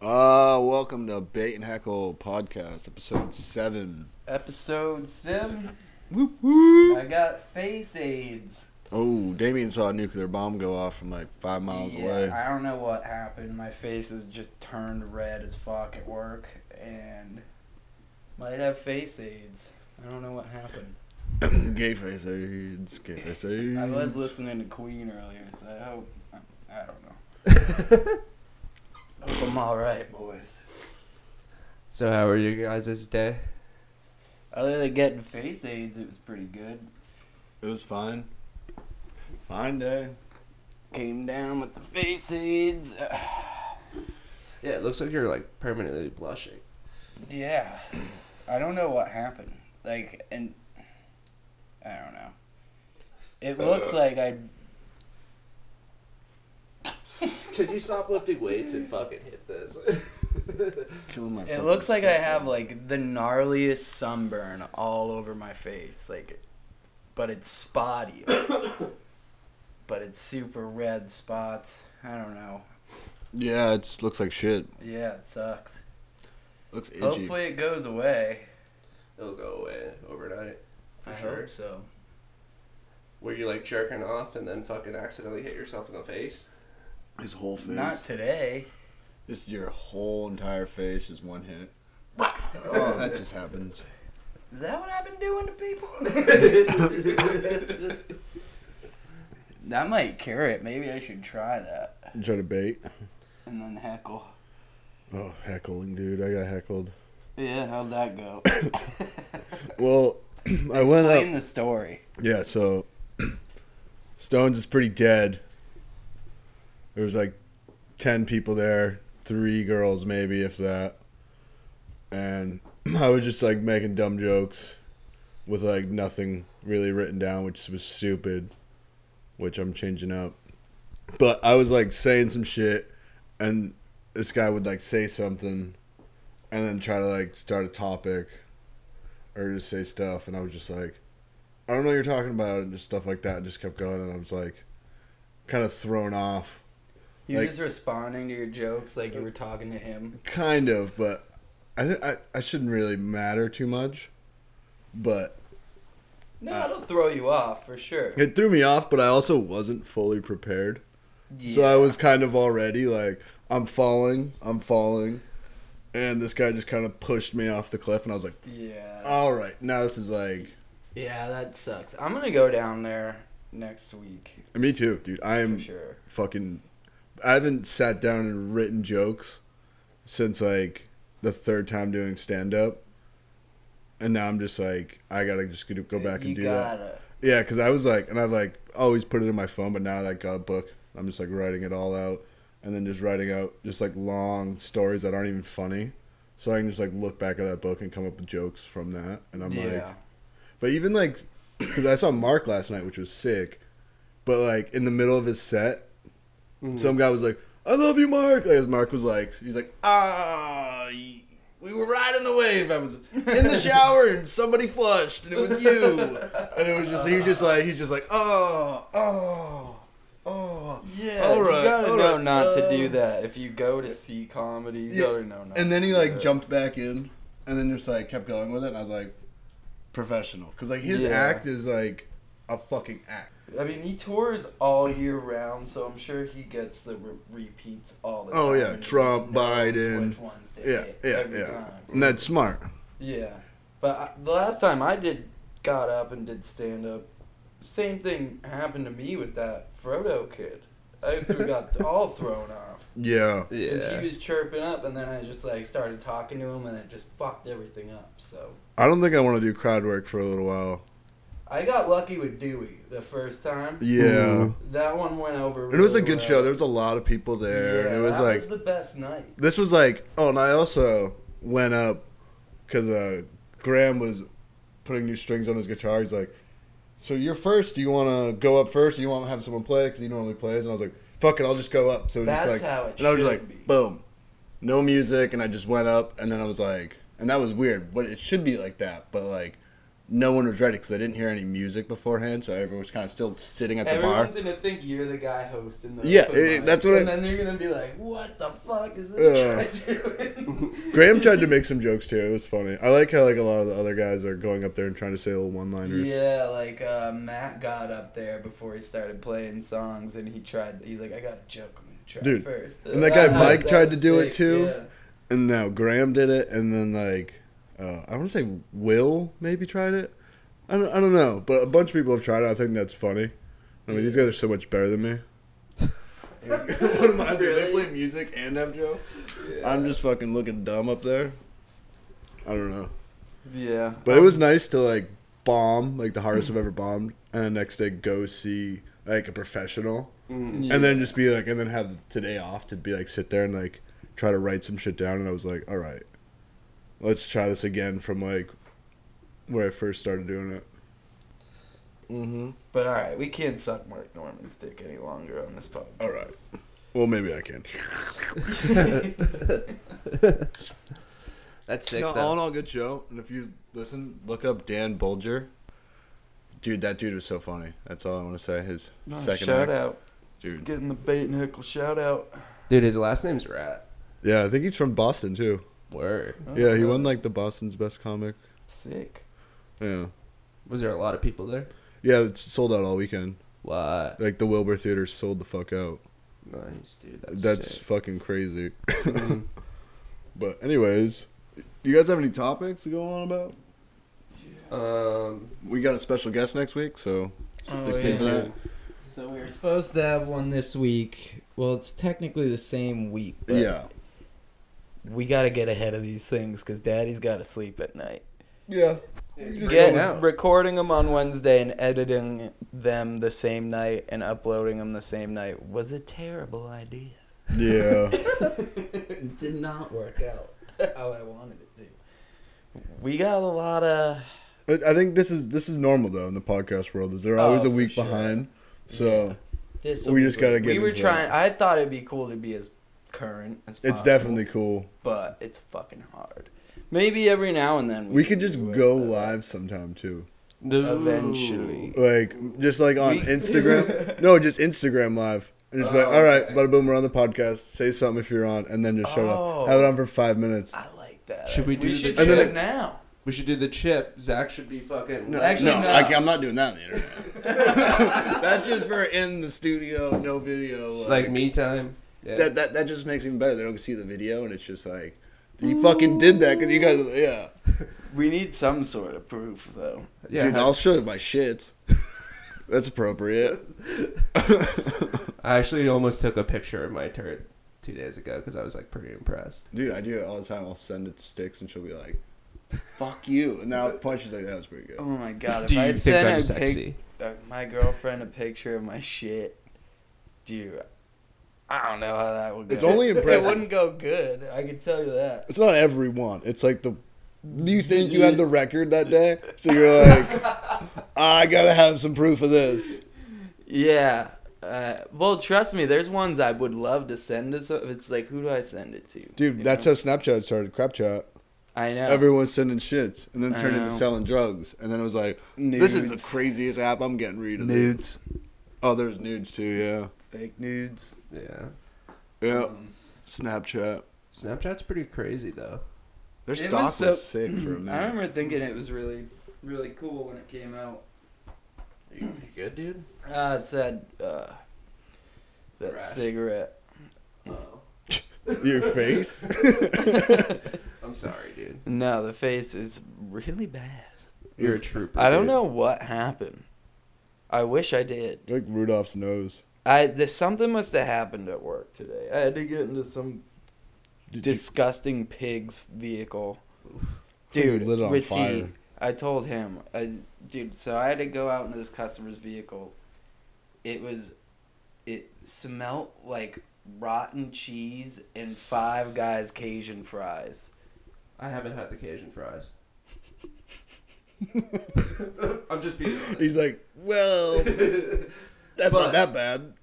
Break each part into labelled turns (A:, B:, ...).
A: Uh, welcome to Bait and Heckle podcast, episode seven.
B: Episode 7.
A: Whoop whoop.
B: I got face aids.
A: Oh, Damien saw a nuclear bomb go off from like five miles
B: yeah,
A: away.
B: I don't know what happened. My face is just turned red as fuck at work and might have face aids. I don't know what happened.
A: gay face AIDS, gay face AIDS.
B: I was listening to Queen earlier, so I hope. I don't know. hope I'm alright, boys.
C: So how were you guys this day?
B: Other than getting face aids, it was pretty good.
A: It was fine. Fine day.
B: Came down with the face aids.
C: Yeah, it looks like you're like permanently blushing.
B: Yeah. I don't know what happened. Like, and I don't know. It
C: Uh,
B: looks like I.
C: Could you stop lifting weights and fucking hit this?
A: Killing my.
B: It
A: fucking
B: looks like I
A: fucking-
B: have like the gnarliest sunburn all over my face. Like, but it's spotty. but it's super red spots. I don't know.
A: Yeah, it looks like shit.
B: Yeah, it sucks.
A: Looks itchy.
B: Hopefully it goes away.
C: It'll go away overnight. For
B: I
C: sure.
B: hope so.
C: Were you like jerking off and then fucking accidentally hit yourself in the face?
A: His whole face.
B: Not today.
A: just your whole entire face is one hit. oh, that just happens.
B: Is that what I've been doing to people?
C: Try
B: that might cure it. Maybe I should try that.
A: Try to bait.
B: And then heckle.
A: Oh, heckling, dude! I got heckled.
B: Yeah, how'd that go?
A: Well, I went up.
B: Explain the story.
A: Yeah, so Stones is pretty dead. There was like ten people there, three girls maybe, if that. And I was just like making dumb jokes with like nothing really written down, which was stupid, which I'm changing up. But I was like saying some shit, and this guy would like say something, and then try to like start a topic, or just say stuff, and I was just like. I don't know what you're talking about and just stuff like that and just kept going and I was like kind of thrown off
B: You were
A: Like-
B: just responding to your jokes like you were talking to him.
A: kind of but I thi- I, I shouldn't really matter too much but
B: No,
A: Uh,
B: it'll throw you off for sure.
A: it threw me off but I also wasn't fully prepared
B: Yeah.
A: so I was kind of already like I'm falling I'm falling and this guy just kind of pushed me off the cliff and I uh, was like
B: Yeah.
A: all right now this is like
B: Yeah, that sucks. I'm gonna go down there next week
A: me too dude I
B: for
A: am
B: sure.
A: fucking I haven't sat down and written jokes since like the third time doing stand up. And now I'm just like I got to just go- go back and
B: Uh, you
A: do
B: gotta.
A: that. Yeah, cuz I was like and I've like always put it in my phone but now I like got a book. I'm just like writing it all out and then just writing out just like long stories that aren't even funny. So I can just like look back at that book and come up with jokes from that and I'm like
B: yeah.
A: but even like, 'cause I saw Mark last night, which was sick. But like in the middle of his set, some guy was like, "I love you, Mark." Like Mark was like, he's like, "Ah, y- we were riding the wave. I was in the shower and somebody flushed, and it was you." And it was just he was just like he's just like, "Oh, oh, oh."
B: yeah,
A: all
B: you
A: right,
B: gotta
A: all
B: know
A: right,
B: not to
A: uh,
B: do that. If you go to see comedy, you
A: Yeah,
B: gotta know not.
A: And then he
B: to do
A: like
B: that.
A: jumped back in, and then just like kept going with it. And I was like, professional, because like his
B: Yeah.
A: act is like a fucking act.
B: I mean, he tours all year round, so I'm sure he gets the re- repeats all the time.
A: Oh, yeah,
B: and he
A: Trump,
B: knows
A: Biden.
B: Which ones to
A: Yeah,
B: hit
A: yeah,
B: every
A: yeah.
B: time.
A: And that's smart.
B: Yeah, but I, the last time I did got up and did stand up, same thing happened to me with that Frodo kid. I threw- got all thrown off.
A: Yeah.
B: 'Cause
C: yeah.
B: He was chirping up, and then I just like started talking to him, and it just fucked everything up. So
A: I don't think I want to do crowd work for a little while.
B: I got lucky with Dewey the first time.
A: Yeah.
C: Mhm.
B: That one went over.
A: Mm-hmm. And it was a
B: really
A: good
B: well.
A: show. There was a lot of people there. and it was
B: that
A: like,
B: was the best night.
A: this was like, oh, and I also went up because uh, Graham was putting new strings on his guitar. He's like, so you're first. Do you want to go up first? Do you want to have someone play? Because he normally plays. And I was like, fuck it, I'll just go up. So it was just
B: That's
A: like,
B: how it
A: and I was
B: should
A: like,
B: be.
A: boom, no music, and I just went up, and then I was like, and that was weird, but it should be like that, but like no one was ready because I didn't hear any music beforehand, so everyone was kind of still sitting at the
B: Everyone's
A: bar.
B: gonna think you're the guy hosting the
A: Yeah,
B: open
A: it-
B: mic,
A: that's what
B: and
A: I-
B: then they're gonna be like, "What the fuck is this guy doing?"
A: Graham tried to make some jokes too. It was funny. I like how like a lot of the other guys are going up there and trying to say little one-liners.
B: Yeah, like uh, Matt got up there before he started playing songs, and he tried. He's like, "I got a joke. I'm gonna try
A: Dude,
B: first.
A: and that guy Mike tried to
B: was
A: do it
B: sick,
A: too.
B: yeah.
A: And now Graham did it, and then like uh, I want to say Will maybe tried it. I don't, I don't know, but a bunch of people have tried it. I think that's funny. I mean, these guys are so much better than me. what am I doing? They play music and have jokes. I'm just fucking looking dumb up there. I don't know,
B: Yeah.
A: but it was nice to like bomb like the hardest I've ever bombed, and the next day go see like a professional,
C: Mm.
B: Yeah.
A: and then just be like, and then have today off to be like sit there and like try to write some shit down. And I was like, all right, let's try this again from like where I first started doing it. Mm-hmm.
B: But all right, we can't suck Mark Norman's dick any longer on this podcast.
A: All right. Well, maybe I can.
C: That's sick.
A: no,
C: though.
A: all in all, good show. And if you listen, look up Dan Bulger. Dude, that dude was so funny. That's all I want to say. His
B: Nice
A: second
B: shout
A: act.
B: out,
A: dude.
B: getting the bait and hickle shout out.
C: Dude, his last name's Rat.
A: Yeah, I think he's from Boston too.
C: Word.
B: Oh,
A: yeah, he won like the Boston's best comic.
B: Sick.
A: Yeah,
C: Was there a lot of people there?
A: yeah, it sold out all weekend.
C: What?
A: Like the Wilbur Theater sold the fuck out.
C: Nice, dude. That's,
A: That's,
C: sick.
A: fucking crazy.
B: Mm.
C: Mhm.
A: but anyways, you guys have any topics to go on about?
C: um,
A: We got a special guest next week, so
B: Oh,
A: just extend
B: yeah.
A: that.
B: So we were supposed to have one this week. Well, it's technically the same week. But
A: Yeah,
B: We got to get ahead of these things because Daddy's got to sleep at night.
A: yeah. Just
B: Get
C: going out.
B: recording them on Wednesday and editing them the same night and uploading them the same night was a terrible idea.
A: Yeah.
B: it did not work out how Oh, I wanted it to. We got a lot of
A: But I think this is this is normal though in the podcast world. Is they're always
B: Oh,
A: a
B: for
A: week
B: sure.
A: behind. So
B: this.
A: We just gotta get
B: We were
A: into
B: trying. I thought it'd be cool to be as current as.
A: it's
B: possible,
A: definitely cool.
B: But it's fucking hard. Maybe every now and then
A: We
B: can
A: could just
B: do it,
A: go
B: but-
A: live sometime too.
B: Eventually.
A: Like just like on
B: We-
A: Instagram. no, just Instagram live. And just be like,
B: Oh,
A: all right,
B: okay.
A: bada boom, we're on the podcast. Say something if you're on, and then just shut
B: Oh.
A: up. Have it on for five minutes.
B: I like that.
C: Should we do the-
B: should
A: And
B: do
A: then
B: it
A: it-
B: now?
C: We should do the chip. Zach should be fucking.
A: No,
B: Actually,
A: no,
B: no.
A: I, am not doing that on the internet. That's just for in the studio, no video.
C: like me time. Yeah.
A: that, that that just makes it even better. They don't see the video, and it's just like you fucking did that because you guys, yeah.
B: We need some sort of proof, though.
C: yeah,
A: Dude, I'll show you my shits. That's appropriate.
C: I actually almost took a picture of my turd two days ago because I was like pretty impressed.
A: Dude, I do it all the time. I'll send it to Sticks, and she'll be like, "Fuck you." And now Punch is like, "That was pretty
B: Oh
A: good."
B: my god! If
C: do you
B: I
C: think
B: sent
C: I'm
B: a pic-
C: sexy?
B: uh, my girlfriend a picture of my shit, dude. I don't know how that would go.
A: It's only impressive.
B: It wouldn't go good. I can tell you that.
A: It's not every one. It's like the. You think you had the record that day, so you're like, "I gotta have some proof of this."
B: Yeah. Uh, well, trust me. There's ones I would love to send to. Some, it's like, who do I send it to?
A: Dude,
B: You
A: that's
B: know?
A: how Snapchat started. Crap chat.
B: I know.
A: Everyone's sending shits, and then
B: I
A: turned into
B: know.
A: selling drugs, and then it was like, "This is the
B: Nudes.
A: craziest app. I'm getting rid of." this."
B: nudes,
A: Oh, there's nudes too. Yeah.
B: fake nudes.
C: Yeah.
A: Yeah.
B: Um,
A: Snapchat.
C: Snapchat's pretty crazy though.
A: Their
B: It was
A: stock was,
B: so-
A: sick for a
B: I
A: minute.
B: remember thinking it was really, really cool when it came out.
C: Are you, you good, dude?
B: Uh, it said uh, that
C: Right.
B: cigarette.
C: Oh,
A: Your face?
C: I'm sorry, dude.
B: No, the face is really bad.
C: You're a trooper.
B: I don't
C: dude.
B: know what happened. I wish I did.
A: like Rudolph's nose.
B: I there's something must have happened at work today. I had to get into some
A: Did you-
B: disgusting pig's vehicle.
A: Somebody
B: Dude,
A: lit it on
B: Richie,
A: fire.
B: I told him, I, dude. So I had to go out into this customer's vehicle. It was, it smelt like rotten cheese and Five Guys Cajun fries.
C: I haven't had the Cajun fries. I'm just being honest.
A: He's like, well, that's
C: But-
A: not that bad.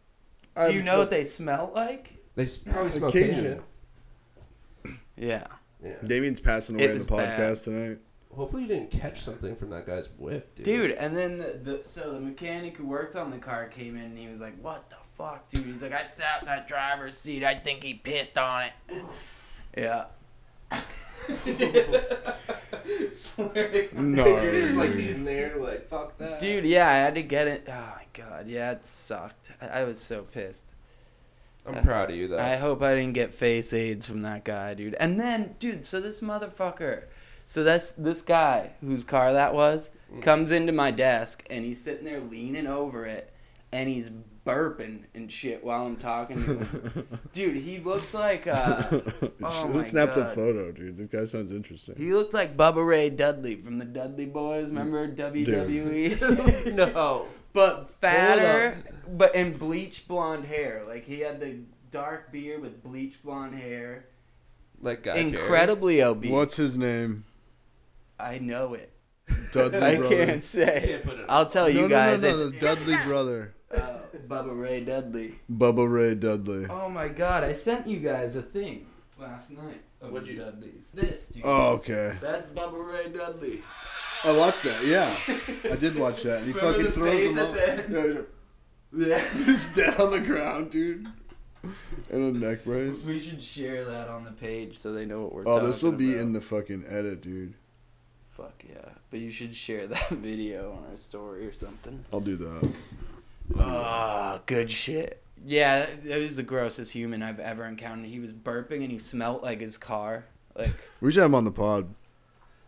B: Do you know what they smell like?
C: they s- probably smell
A: Cajun.
C: Cajun.
B: Yeah.
C: Yeah.
A: Damien's passing
B: It
A: away in the
B: was
A: podcast tonight.
C: Hopefully you didn't catch something from that guy's whip, dude.
B: Dude, and then the, the so the mechanic who worked on the car came in and he was like, "What the fuck, dude?" He's like, "I sat in that driver's seat. I think he pissed on it." yeah. Swear to God.
A: No.
C: You're just like in there, like fuck that.
B: Dude, yeah, I had to get it. Oh my god, yeah, it sucked. I, I was so pissed.
C: I'm proud of you though.
B: I hope I didn't get face aids from that guy, dude. And then, dude, so this motherfucker, so that's this guy whose car that was, comes into my desk and he's sitting there leaning over it, and he's burping and shit while I'm talking to him. dude, he looked like uh, oh my
A: Who snapped
B: God.
A: a photo, dude? This guy sounds interesting.
B: he looked like Bubba Ray Dudley from the Dudley Boys. Remember WWE?
C: no.
B: but fatter, but and bleach blonde hair. Like he had the dark beard with bleach blonde hair.
C: Like God, Jared.
B: Incredibly obese.
A: What's his name?
B: I know it.
A: Dudley
B: I
A: brother.
B: can't say.
C: Can't put it
B: I'll tell you
A: no,
B: guys.
A: no, no, no,
B: It's
A: the Dudley brother,
B: uh, Bubba Ray Dudley.
A: Bubba Ray Dudley.
B: Oh my God! I sent you guys a thing last night of
C: What'd
B: the
C: you-
B: Dudleys. This dude.
A: Oh, okay.
B: That's Bubba Ray Dudley.
A: I watched that. Yeah, I did watch that. And he
B: Remember
A: fucking
B: the
A: throws
B: face
A: him
B: at
A: up.
B: the end?
A: Yeah, he's like- Yeah, just dead on the ground, dude. And a neck brace.
B: We should share that on the page so they know what we're.
A: Oh, this will
B: talking
A: be
B: about.
A: in the fucking edit, dude.
B: Fuck yeah! But you should share that video on our story or something.
A: I'll do that.
B: Oh, good shit. Yeah, that- that was the grossest human I've ever encountered. He was burping and he smelt like his car. Like
A: We should have him on the pod.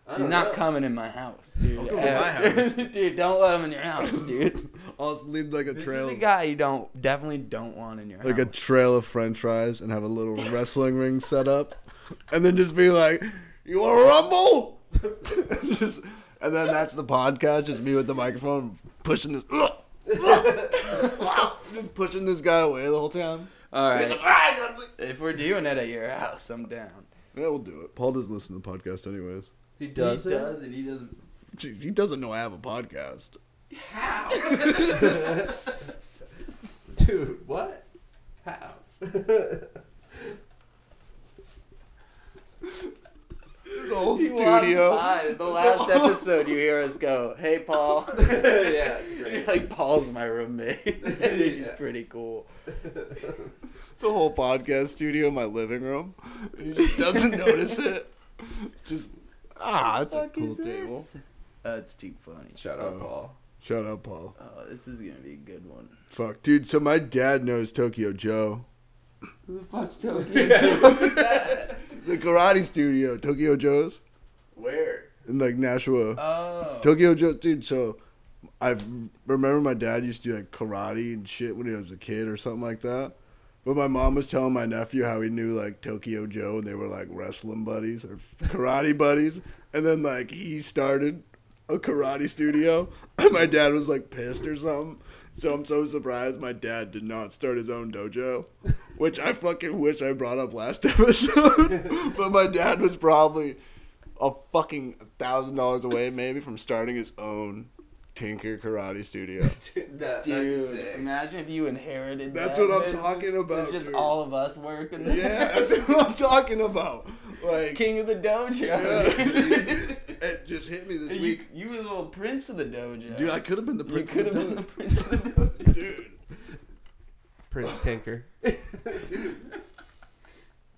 C: I
B: he's
C: don't
B: not
C: know.
B: coming in my house, dude.
A: come in my house.
B: dude, don't let him in your house, dude.
A: I'll just leave like a
B: This
A: trail,
B: is a guy you don't definitely don't want in your
A: like a
B: house.
A: trail of French fries, and have a little wrestling ring set up, and then just be like, "You want to rumble?" And just, and then that's the podcast. Just me with the microphone pushing this, just pushing this guy away the whole time.
B: All
A: He's a
B: right,
A: fried Dudley.
B: if we're doing it at your house, I'm down.
A: Yeah, we'll do it. Paul doesn't listen to the podcast anyways.
C: He does
B: he
C: it.
B: does and he doesn't.
A: Gee, He doesn't know I have a podcast.
B: How?
C: Dude, what? How?
A: His whole
B: He walks
A: studio.
B: by. The last episode, you hear us go, "Hey, Paul."
C: yeah, it's great.
B: like Paul's my roommate. He's
C: Yeah.
B: pretty cool.
A: It's a whole podcast studio in my living room. He just doesn't notice it. Just ah, that's a cool table.
B: That's Uh, too funny.
C: Shout out, Paul.
A: Shut up, Paul.
B: Oh, this is gonna be a good one.
A: Fuck, dude. So my dad knows Tokyo Joe,
B: Who the fuck's Tokyo?
A: the karate studio, Tokyo Joe's
C: Where?
A: in like Nashua.
B: Oh,
A: Tokyo Joe, dude. So I remember my dad used to do like karate and shit when he was a kid or something like that. But my mom was telling my nephew how he knew like Tokyo Joe and they were like wrestling buddies or karate buddies. And then like he started a karate studio. And my dad was like pissed or something. So I'm so surprised my dad did not start his own dojo, which I fucking wish I brought up last episode. but my dad was probably a fucking thousand dollars away, maybe, from starting his own Tinker Karate Studio.
C: Dude, that,
B: dude,
C: that's sick.
B: imagine if you inherited.
A: That's
B: that.
A: what I'm
B: It's just-
A: talking about,
B: It's just
A: dude.
B: all of us working. there.
A: yeah, that's what I'm talking about. Like,
B: King of the dojo.
A: yeah. it just hit me this
B: you,
A: week,
B: you were the little prince of the dojo.
A: dude. I could have been the
B: you
A: prince.
B: could have been the prince of the dojo.
A: been, dude.
C: Prince Tinker.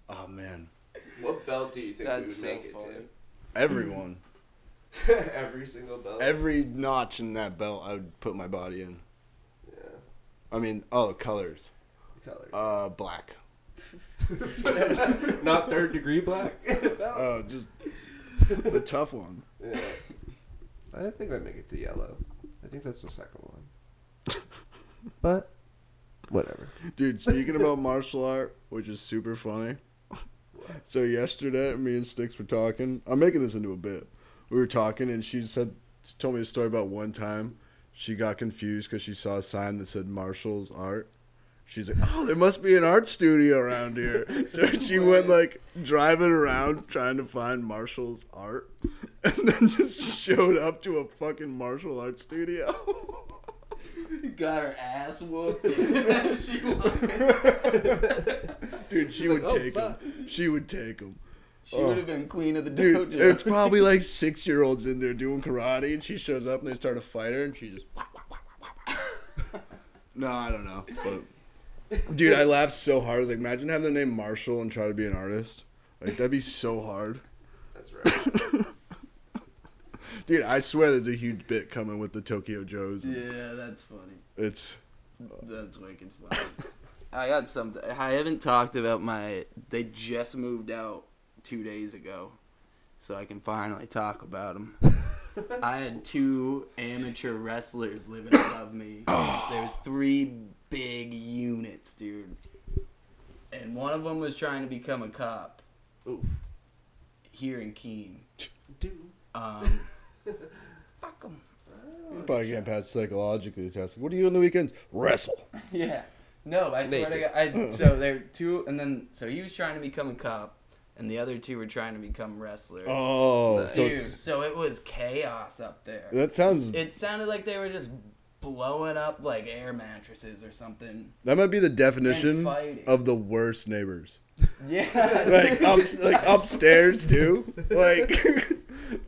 A: Oh man,
C: What belt do you think
B: That's
C: we would
B: so
C: make
B: funny.
A: everyone,
C: it to? Every single belt.
A: every notch in that belt, I would put my body in.
C: yeah.
A: I mean, oh, colors,
C: Colors.
A: uh, black.
C: Not third degree black. yeah.
A: Oh, just the tough one.
C: I don't think I'd make it to yellow. I think that's the second one. but whatever.
A: Dude, speaking about martial art, which is super funny. So yesterday, me and Sticks were talking. I'm making this into a bit. We were talking, and she said, she told me a story about one time she got confused because she saw a sign that said Marshall's Art. She's like, oh, there must be an art studio around here. So she went like driving around trying to find Marshall's Art, and then just showed up to a fucking martial arts studio.
B: Got her ass whooped. she walked.
A: Dude, she
C: She's like,
A: would
C: "Oh,
A: take
C: fuck."
A: him. She would take him.
B: She
A: Oh.
B: would have been queen of the dojo.
A: Dude, it's probably like six year olds in there doing karate, and she shows up and they start a fight her, and she just. no, I don't know. but- Dude, I laughed so hard. I was like, imagine having the name Marshall and try to be an artist. Like, that'd be so hard.
C: That's right.
A: Dude, I swear there's a huge bit coming with the Tokyo Joes.
B: yeah, that's funny.
A: It's.
B: That's wicked funny. I got something. I haven't talked about my. They just moved out two days ago, so I can finally talk about them. I had two amateur wrestlers living above me. There's three big units, dude, and one of them was trying to become a cop
C: Oof.
B: here in Keene.
C: Dude.
B: Um, fuck 'em.
A: You probably can't pass psychologically test. What do you do on the weekends? Wrestle.
B: Yeah. No, I swear to God.
C: Naked.
B: I, so there were two, and then so he was trying to become a cop, and the other two were trying to become wrestlers.
A: Oh,
C: Nice.
A: so
B: Dude, so it was chaos up there.
A: that sounds.
B: It sounded like they were just blowing up like air mattresses or something.
A: That might be the definition
B: fighting.
A: of the worst neighbors.
B: Yeah.
A: like up, like upstairs too. Like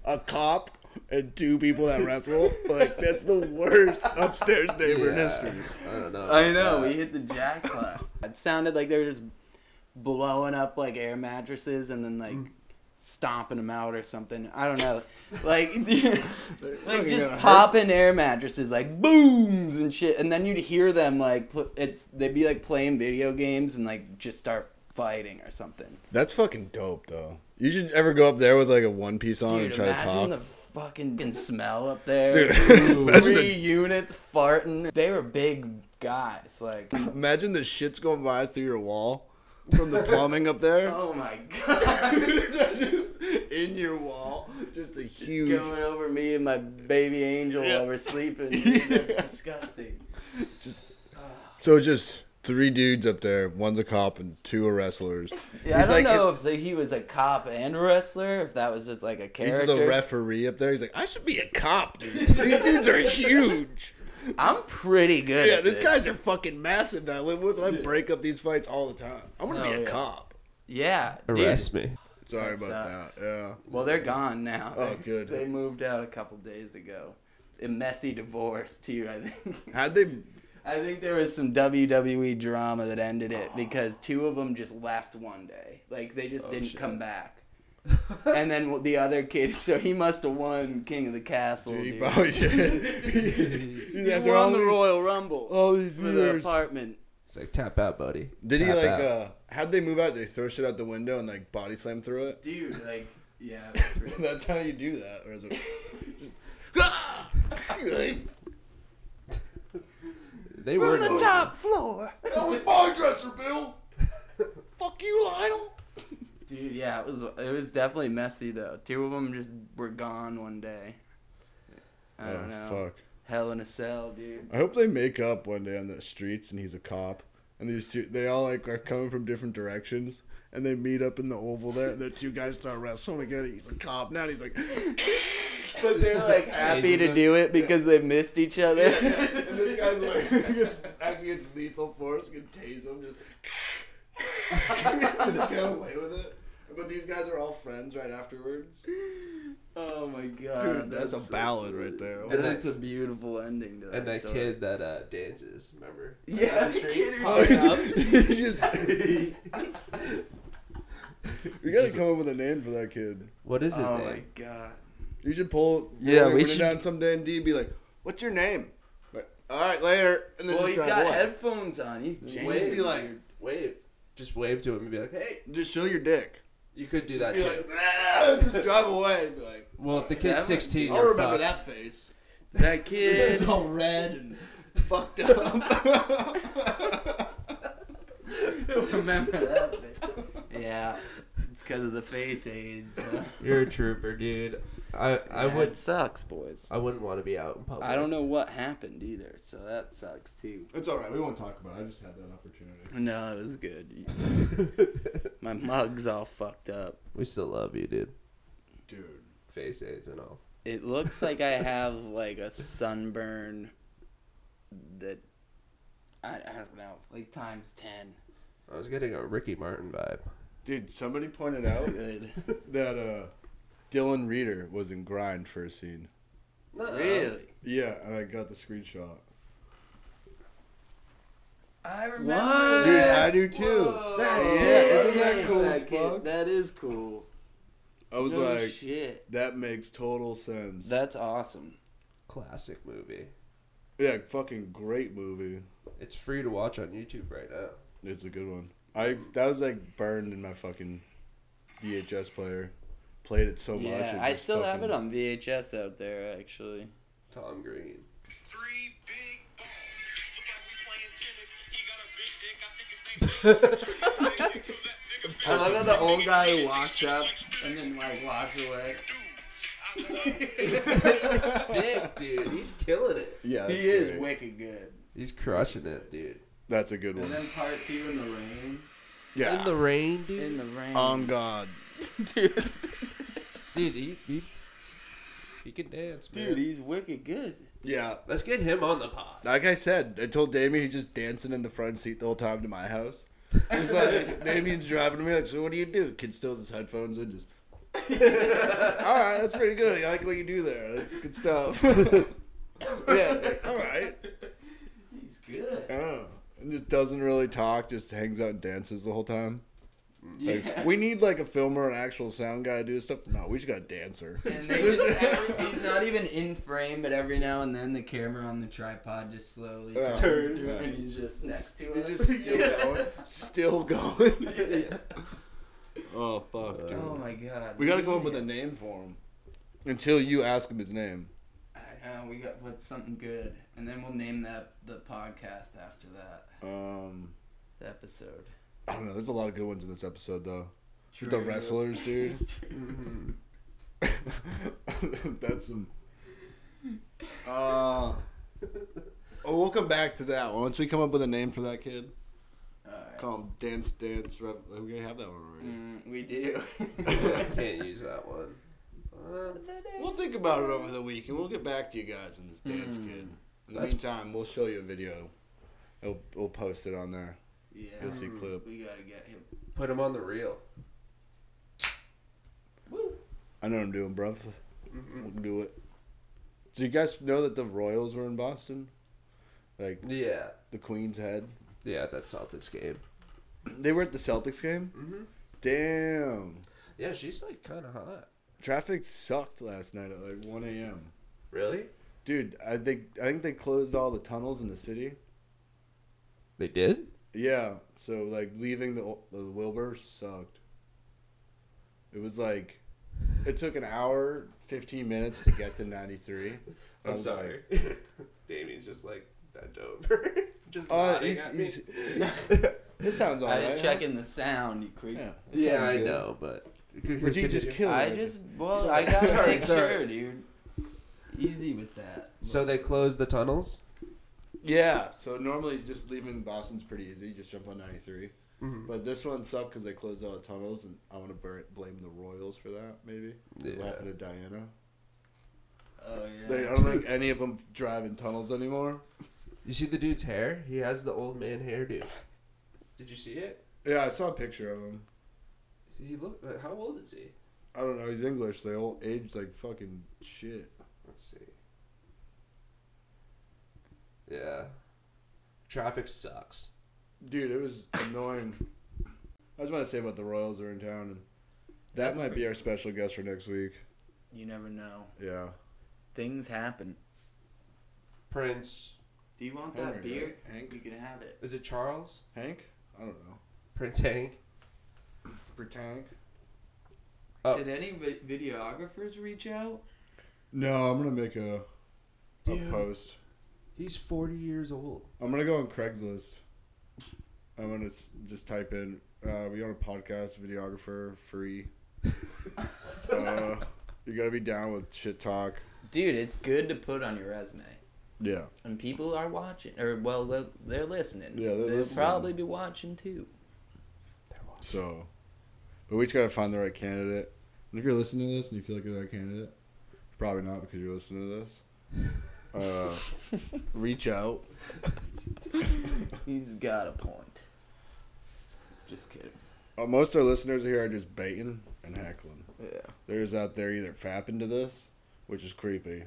A: a cop and two people that wrestle. Like that's the worst upstairs neighbor in history.
C: I don't know.
B: I know we hit the jackpot. it sounded like they were just blowing up like air mattresses and then like. Stomping them out or something. I don't know, like, like
A: fucking
B: just
A: gonna hurt.
B: popping air mattresses, like booms and shit. And then you'd hear them like pl- it's they'd be like playing video games and like just start fighting or something.
A: That's fucking dope though. You should ever go up there with like a one piece on
B: Dude,
A: and try to
B: imagine
A: talk.
B: the fucking can smell up there.
A: Dude,
B: There's
A: imagine
B: three
A: the-
B: units farting. They were big guys. Like,
A: Imagine the shit's going by through your wall from the plumbing up there.
B: oh my god,
A: just in your wall, just a huge.
B: going over me and my baby angel while we're sleeping. That's disgusting.
A: So it's just three dudes up there. One's a cop and two are wrestlers.
B: Yeah,
A: He's
B: I
A: like-
B: don't know if the, he was a cop and a wrestler, if that was just like a
A: He's
B: character.
A: the referee up there. He's like, I should be a cop, dude. These dudes are huge.
B: I'm pretty good.
A: Yeah,
B: at
A: these guys are fucking massive that I live with. and I break up these fights all the time. I'm gonna
B: Oh,
A: be a
B: yeah.
A: cop.
B: Yeah, dude.
C: Arrest me.
A: Sorry
B: That
A: about
B: sucks.
A: that. Yeah.
B: Well, they're gone now.
A: Oh,
B: They-
A: good.
B: They moved out a couple days ago. A messy divorce too, I think.
A: Had they?
B: I think there was some WWE drama that ended it because two of them just left one day. Like they
A: Oh,
B: just didn't
C: shit.
B: come back. and then the other kid, so he must have won King of the Castle.
A: Dude, he
B: dude.
A: probably did. He
B: He
A: asked her all
B: won the
A: these-
B: Royal Rumble
A: all these
B: for the
A: years.
B: apartment.
C: It's like tap out, buddy.
A: Did he
C: Tap
A: like?
C: out.
A: uh How'd they move out? They throw shit out the window and like body slam through it.
B: Dude, like, yeah. it was pretty-
A: That's how you do that. Or is it just? Ah! Like,
C: They were
B: From the
C: noisy.
B: top floor.
A: that was my dresser, Bill. Fuck you, Lionel.
B: Dude, yeah, it was it was definitely messy though. Two of them just were gone one day. I don't know.
A: Oh, Fuck.
B: Hell in a cell, dude.
A: I hope they make up one day on the streets and he's a cop. And these two, they all like are coming from different directions, and they meet up in the oval there. And the two guys start wrestling again. He's a cop now. And he's like, and
B: But they're like happy to do it because they missed each other.
A: this guy's like, he gets, actually gets lethal force, can tase him, just, just get away with it. But these guys are all friends right afterwards.
B: oh my god,
A: Dude, that's, a ballad right there.
C: And
B: That's
C: that-
B: a beautiful ending to that.
C: And that
B: story.
C: kid that uh, dances, remember?
B: yeah,
C: Down
B: the kid who
A: Oh,
B: just-
A: he just, we gotta come up with a name for that kid.
C: What is his
B: Oh my
C: name?
B: god.
A: You should pull.
B: Yeah,
A: really
B: we
A: write it
B: should-
A: down someday and D be like, "What's your name?" Like, all right, later. And then
B: Well,
A: just
B: he's
A: drive
B: got
A: away.
B: headphones on. He's
A: Just
B: changing.
A: be
C: Wait.
A: like,
C: Wave. Just wave to him and be like, hey.
A: just show your dick.
C: You could do that
A: Be
C: too.
A: like, "Ah," and just drive away. And be like,
C: well, if the
B: That
C: kid's
B: would be-
C: 16,
A: I'll
C: you're
A: remember that
C: fucked.
A: face.
B: That
A: It's
B: kid.
A: all red and fucked up.
B: Remember that? bit. Yeah, it's because of the face aids. huh?
C: You're a trooper, dude. I I
B: That
C: would
B: sucks, boys.
C: I wouldn't want to be out in public.
B: I don't know what happened either, so that sucks too.
A: it's all right. We won't talk about it. I just had that opportunity.
B: No, it was good. My mug's all fucked up.
C: we still love you, dude.
A: Dude.
C: Face aids and all.
B: It looks like I have like a sunburn that I, I don't know, like times ten.
C: I was getting a Ricky Martin vibe.
A: Dude, somebody pointed out
B: Good.
A: that uh, Dylan Reeder was in grind for a scene.
C: Nuh-uh.
B: Really?
A: Yeah, and I got the screenshot.
B: I
A: Dude,
B: remember.
A: I do too.
B: Whoa.
C: That's
A: Yeah,
C: sick.
A: isn't that cool as
B: That kid-
A: fuck?
B: That is cool.
A: I was
B: no
A: like,
B: shit.
A: that makes total sense.
B: That's awesome.
C: Classic movie.
A: yeah, fucking great movie.
C: It's free to watch on YouTube right now.
A: It's a good one. I that was like burned in my fucking VHS player. Played it so much.
B: yeah, I
A: just
B: still have
A: fucking-
B: it on VHS out there actually.
C: Tom Green.
D: Three big balls. Look how we playing tennis. He got a big dick. I think his name's
B: I love how the old guy walks up and then like walks away.
C: Sick, dude. He's killing it.
A: Yeah,
B: He
A: that's
B: is
A: great.
B: wicked good.
C: He's crushing it, dude.
A: That's a good
B: And
A: one.
B: then part two in the rain. Um,
A: Yeah.
C: In the rain,
B: In
C: dude.
B: the rain.
A: on God.
B: dude,
C: Dude, he, he, he can dance, man.
B: dude, he's wicked good.
A: Yeah.
C: Let's get him on the pod.
A: Like I said, I told Damien he's just dancing in the front seat the whole time to my house. It's like Damien's driving to me like, so what do you do? Kid still has his headphones in, just. all right, that's pretty good. I like what you do there. That's good stuff. yeah, like, all right.
B: He's good.
A: Oh. And just doesn't really talk, just hangs out and dances the whole time. Like,
B: Yeah.
A: We need like a filmer, an actual sound guy to do this stuff. No, we just got a dancer.
B: And they just every, he's not even in frame, but every now and then the camera on the tripod just slowly
A: Yeah.
B: turns
A: Turns.
B: through,
A: Yeah.
B: and he's just next to
A: They're
B: us.
A: just still going. Still going. oh fuck, dude.
B: Oh my god.
A: We gotta come up
B: need
A: with a
B: it.
A: name for him. Until you ask him his name.
B: I know we got put something good, and then we'll name that the podcast after that
A: Um,
B: the episode.
A: I don't know. There's a lot of good ones in this episode, though.
B: True.
A: The wrestlers, dude.
C: Mhm.
A: That's some. Uh, oh, we'll come back to that one. once we come up with a name for that kid.
B: Alright.
A: Call him Dance Dance. Rev- We're gonna have that one already.
B: Mm, we do.
C: Can't use that one. Uh,
A: We'll think about it over the week, and we'll get back to you guys on this dance
B: Mm.
A: kid. In the
C: That's-
A: meantime, we'll show you a video. We'll, we'll post it on there.
B: yeah.
A: You'll see a clip.
B: We gotta get him.
C: put him on the reel.
A: I know what I'm doing, bruv. We'll do it. Do you guys know that the Royals were in Boston? Like
C: Yeah.
A: the Queen's Head.
C: Yeah, that Celtics game.
A: They were at the Celtics game.
C: Mhm.
A: Damn.
C: Yeah, she's like kind of hot.
A: Traffic sucked last night at like 1 a.m.
C: Really?
A: Dude, I think I think they closed all the tunnels in the city.
C: They did?
A: Yeah, so like leaving the, the Wilbur sucked. It was like it took an hour 15 minutes to get to 93. I
C: I'm
A: was
C: sorry.
A: like,
C: Damien's just like bent over. just
A: Uh,
C: nodding
A: he's-
C: at me.
A: this sounds
B: I
A: alright.
B: was checking the sound, you creep.
A: Yeah, this
C: yeah,
A: sounds
C: I
A: good.
C: know, but.
A: Would you just kill
B: I
A: it?
B: just well,
C: Sorry.
B: I gotta
C: Sorry,
B: make
C: sorry.
B: sure, dude. Easy with that.
C: So they closed the tunnels?
A: Yeah. So normally just leaving Boston's pretty easy. You Just jump on 93.
C: Mhm.
A: But this one sucked because they closed all the tunnels, and I want to bur- blame the Royals for that. Maybe what
C: Yeah.
A: happened to Diana?
B: Oh yeah.
A: They, I don't think any of them drive in tunnels anymore.
C: You see the dude's hair? He has the old man hairdo. Did you see it?
A: Yeah, I saw a picture of him.
C: He looked. How old is he?
A: I don't know. He's English. They all age like fucking shit.
C: Let's see. Yeah. Traffic sucks.
A: Dude, it was annoying. I was about to say about the Royals are in town, and that
C: That's
A: might be
C: great.
A: our special guest for next week.
B: You never know.
A: Yeah.
B: Things happen.
C: Prince.
B: Do you want
A: Henry,
B: that beer?
A: right? Hank?
B: You can have it.
C: Is it Charles?
A: Hank? I don't know.
C: Prince Hank?
A: Britank?
C: Oh.
B: Did any vi- videographers reach out?
A: No, I'm gonna make a a
C: Dude.
A: post.
C: He's 40 years old.
A: I'm gonna go on Craigslist. I'm gonna s- just type in uh, we own a podcast videographer free. uh, you gotta be down with shit talk.
B: Dude, it's good to put on your resume.
A: Yeah.
B: And people are watching, or well, they're, they're listening.
A: Yeah, they're
B: They'll
A: listening.
B: probably be watching too.
A: So, but we just gotta find the right candidate. And if you're listening to this and you feel like you're that candidate, probably not because you're listening to this. Uh, reach out.
B: He's got a point. Just kidding.
A: uh, most of our listeners here are just baiting and heckling.
B: Yeah.
A: There's out there either fapping to this, which is creepy,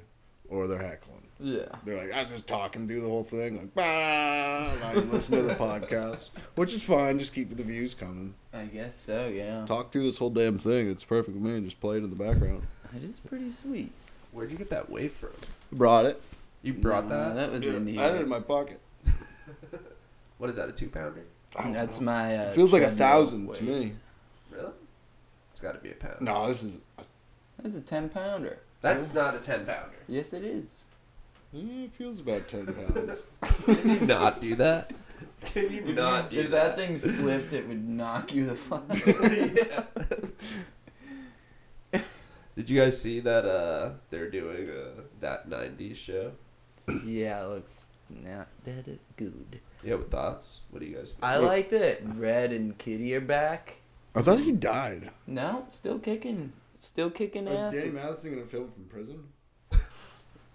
A: or they're heckling.
B: Yeah.
A: They're like, I'm just talking through the whole thing, like, bah, like listen to the podcast, which is fine. Just keep the views coming.
B: I guess so, yeah.
A: Talk through this whole damn thing. It's perfect with me. Just play it in the background.
B: It is pretty sweet.
C: Where'd you get that wave from?
A: Brought it.
C: You brought
B: Nah,
C: that?
B: That was in
A: Yeah,
B: here.
A: I had it in my pocket.
C: What is that? A two pounder?
A: I don't
B: That's
A: know.
B: my. Uh,
A: It feels like a
B: treadmill
A: thousand
B: weight.
A: to me.
C: Really? It's got to be a pound.
A: No, this is
B: That's a ten pounder.
C: that's not a ten pounder.
B: Yes, it is.
A: eh, it feels about ten pounds.
C: Can you not do that? Can you not do
B: if that thing slipped, it would knock you the fuck. out.
C: Did you guys see that? Uh, they're doing uh, that '90s show.
B: yeah, it looks not that good.
C: Yeah, with thoughts. What do you guys? Think?
B: I like that Red and Kitty are back.
A: I thought he died.
B: No, still kicking, still kicking ass.
A: Madison gonna film from prison?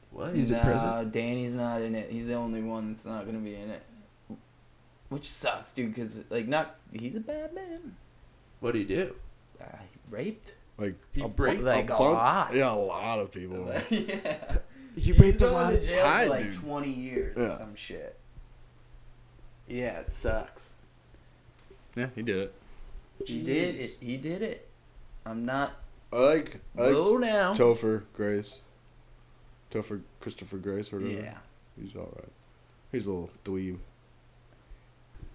C: What? He's in prison.
B: No, Danny's not in it. He's the only one that's not gonna be in it. Which sucks, dude. Cause like, not he's a bad man.
C: What do you do?
B: Uh, he raped.
A: Like
C: He raped-
B: like, a lot.
A: Yeah, a lot of people.
B: yeah.
C: He
B: He's going to jail
A: I
B: for like
A: do.
B: 20 years
A: Yeah.
B: or some shit. Yeah, it sucks.
A: yeah, he did it.
B: He did it. He did it. I'm not
A: I like I like
B: low now.
A: Topher Grace. Topher Christopher Grace or whatever.
B: yeah.
A: He's all right. He's a little dweeb.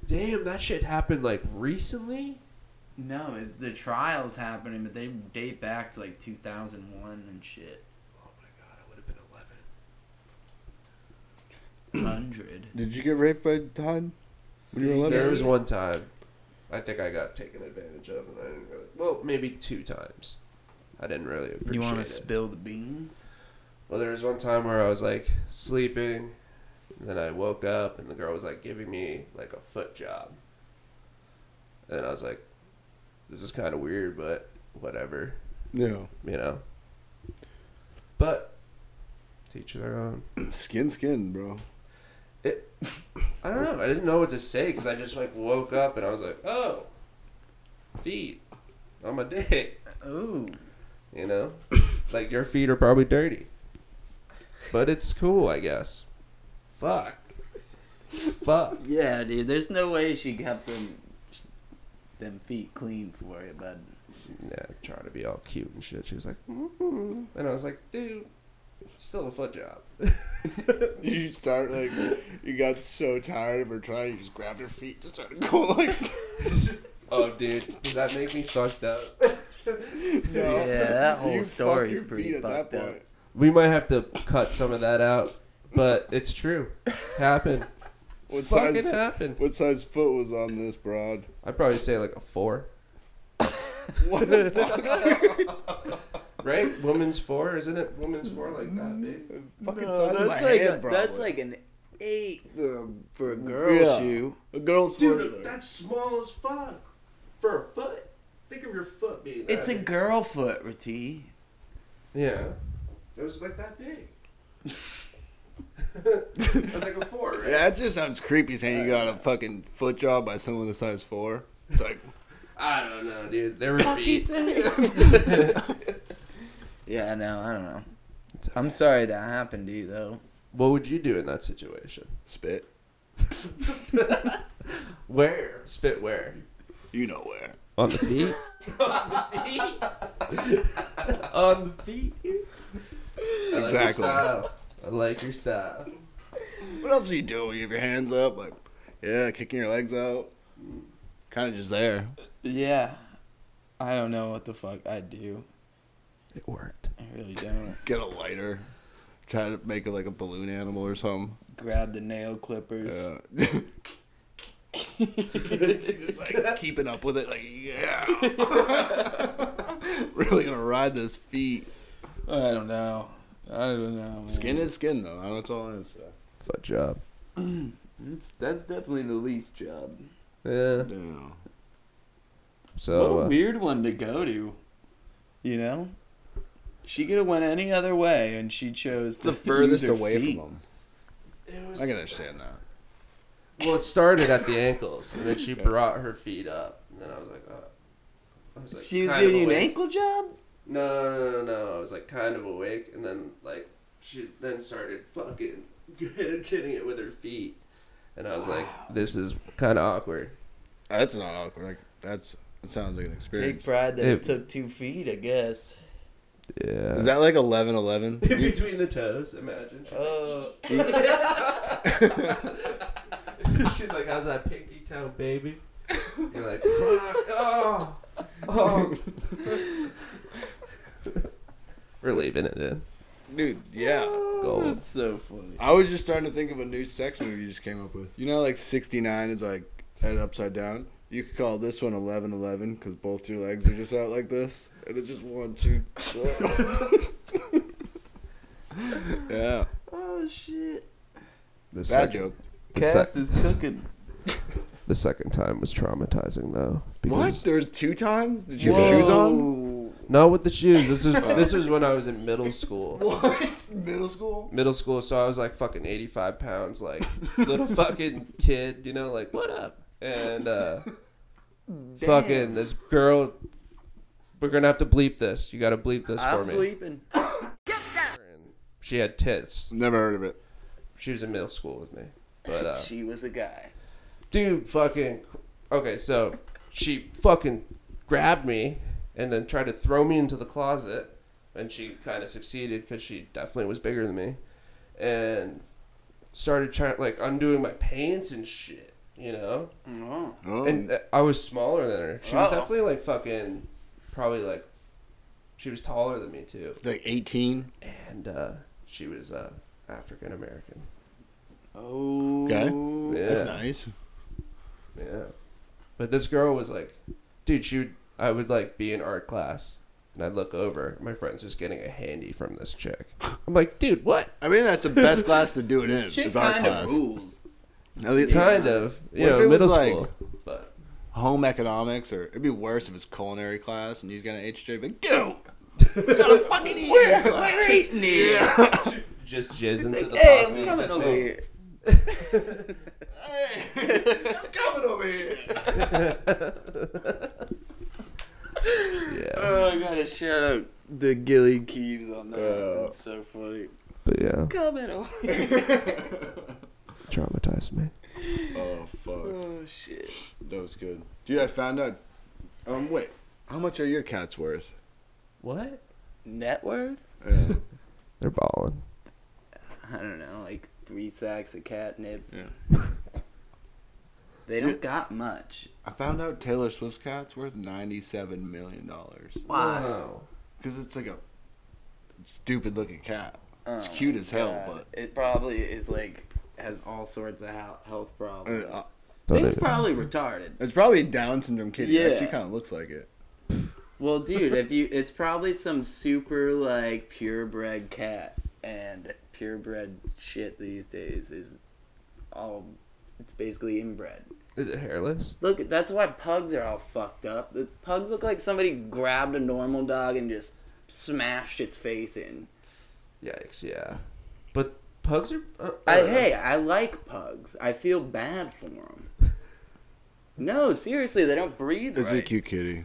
C: Damn, that shit happened like recently.
B: No, it's, the trial's happening, but they date back to like 2001 and shit.
C: Oh my god, I would have been 11.
B: 100.
A: Did you get raped by Todd when you were eleven?
C: There was one time, I think I got taken advantage of, and I didn't really. Well, maybe two times. I didn't really appreciate
B: You want to
C: it.
B: spill the beans?
C: Well, there was one time where I was like sleeping, and then I woke up, and the girl was like giving me like a foot job. And I was like, this is kind of weird, but whatever,
A: No.
C: you know. But teach their own.
A: Skin skin, bro.
C: I don't know. I didn't know what to say because I just like woke up and I was like, oh, feet on my dick,
B: Ooh.
C: you know? like your feet are probably dirty, but it's cool, I guess. Fuck. Fuck.
B: Yeah, dude. There's no way she kept them, them feet clean for you, bud.
C: yeah, trying to be all cute and shit. She was like, mm and I was like, dude, it's still a foot job.
A: You start like you got so tired of her trying, you just grabbed her feet, just started going like
C: oh, dude, does that make me fucked up?
A: No.
B: Yeah, that whole
A: You
B: story's
A: fucked your
B: pretty
A: feet at
B: fucked
A: that
B: up.
A: point.
C: We might have to cut some of that out, but it's true. Happened.
A: What
C: Fucking
A: size
C: happened.
A: what size foot was on this broad?
C: I'd probably say like a four.
A: What the fuck?
C: Right? Woman's four, isn't it? Woman's four like
B: Mm-hmm.
C: that big.
A: Fucking
B: No,
A: size of my
B: like
A: hand,
B: a,
A: bro.
B: That's like an eight for a, for a girl
A: Yeah.
B: shoe.
A: a girl's
C: Dude,
A: foot.
C: that's small as fuck. For a foot. Think of your foot being that
B: It's a
C: big.
B: girl foot, Rati.
C: Yeah. It was like that big. It was like a four, right?
A: that just sounds creepy saying you got a fucking foot job by someone the size four. It's like
C: I don't know, dude. There were
B: yeah, no, I don't know. I'm sorry that happened to you though.
C: What would you do in that situation?
A: spit.
C: Where? Spit where?
A: You know where.
C: On the feet? On the feet? On the feet?
A: Exactly.
C: I like your style.
A: What else are you doing? You have your hands up, like yeah, kicking your legs out. Kinda just there.
B: Yeah, I don't know what the fuck I do.
C: It worked.
B: I really don't.
A: Get a lighter. Try to make it like a balloon animal or something.
B: Grab the nail clippers.
A: Yeah. Just like keeping up with it, like yeah. really gonna ride this feet.
B: I don't know. I don't know. Man.
A: Skin is skin though. That's all I'm
C: Foot job.
B: It's, that's definitely the least job.
C: Yeah.
A: saying.
C: So
B: what a
C: uh,
B: weird one to go to. You know, she could have went any other way, and she chose
A: It's the furthest away
B: from
A: from them. I can understand that.
C: well, it started at the ankles, and then she brought her feet up. And then I was like, uh, I was like,
B: she was
C: kind of
B: giving you an
C: awake.
B: ankle job?
C: No, no, no, no, no. I was like kind of awake, and then like she then started fucking getting it with her feet, and I was like, this is kind of awkward.
A: That's not awkward. Like that's that sounds like an
B: Take
A: experience.
B: pride that it
C: It-
B: took two feet, I guess.
C: Yeah.
A: Is that like eleven eleven?
C: in between the toes? Imagine. She's,
B: Oh,
C: like, she's like, how's that pinky toe, baby? You're like, fuck, oh, oh. We're leaving it in.
A: Dude, yeah.
C: Gold.
B: that's so funny.
A: I was just starting to think of a new sex move you just came up with. You know, like 69 is like head upside down. You could call this one 11 11 because both your legs are just out like this. And it's just one, two. yeah.
B: Oh shit!
C: The
A: Bad
C: second,
A: joke.
B: Cast is cooking.
C: the second time was traumatizing though.
A: What?
C: because-
A: There was two times? Did you have shoes on?
C: Not with the shoes. This is this was when I was in middle school.
A: What? Middle school?
C: middle school, so I was like fucking 85 pounds, like little fucking kid, you know, like what up? And uh, fucking this girl, we're gonna have to bleep this. You gotta bleep this for
B: I'm
C: me.
B: bleeping.
C: And She had tits.
A: Never heard of it.
C: She was in middle school with me, but uh,
B: She was a guy.
C: dude, fucking okay. So she fucking grabbed me and then tried to throw me into the closet, and she kind of succeeded because she definitely was bigger than me, and started trying like undoing my pants and shit, you know.
B: Oh.
A: Oh.
C: And uh, I was smaller than her. She was
B: Uh-oh.
C: definitely like fucking, probably like, she was taller than me too,
A: like 18.
C: and uh, she was uh, African American.
B: Oh.
A: Okay.
C: Yeah.
A: That's nice.
C: Yeah. But this girl was like, dude, she would, I would like be in art class and I'd look over. My friend's just getting a handy from this chick. I'm like, dude, what?
A: I mean, that's the best class to do it in.
B: She
A: It's our
B: kind of
A: class.
B: rules.
A: At least-
C: Kind of.
A: What
C: You
A: if
C: know,
A: it was
C: middle
A: like-
C: school. But
A: home economics, or it'd be worse if it's culinary class and he's got an HJ. But dude, we gotta fucking eat. in this class.
B: We're eating here.
C: just jizz into the
B: Hey,
C: pasta
B: I'm
C: you
B: coming
C: just
B: over
C: made.
B: here.
A: I'm coming over here.
C: Yeah.
B: Oh, I gotta shout out the Gilly Keeves on that.
A: Yeah.
B: That's so funny.
C: But yeah,
B: Uh, Coming over.
C: traumatized me.
A: Oh fuck,
B: oh shit.
A: that was good, dude. I found out. Um, wait, how much are your cats worth? Uh,
C: What?
B: Net worth?
A: Yeah.
C: They're balling.
B: I don't know, like three sacks of catnip.
A: Yeah.
B: They don't got much.
A: I found out Taylor Swift's cat's worth ninety-seven million dollars
B: Why?
A: because it's like a stupid-looking cat. It's
B: Oh,
A: cute as hell,
B: God. it probably is like has all sorts of hou- health
A: but
B: problems.
A: uh, uh,
C: Don't
B: Thing's
C: even-
B: probably retarded.
A: it's probably a Down syndrome kitty.
B: Yeah.
A: Actually, kind of looks like it.
B: Well, dude, if you, it's probably some super like purebred cat, and purebred shit these days is all. It's basically inbred.
C: Is it hairless?
B: Look, that's why pugs are all fucked up. The pugs look like somebody grabbed a normal dog and just smashed its face in.
C: Yikes, yeah. But pugs are. Uh,
B: I,
A: Uh-huh.
C: uh,
B: hey, I like pugs. I feel bad for them. No, seriously, they don't breathe
A: It's
B: right.
A: a cute kitty.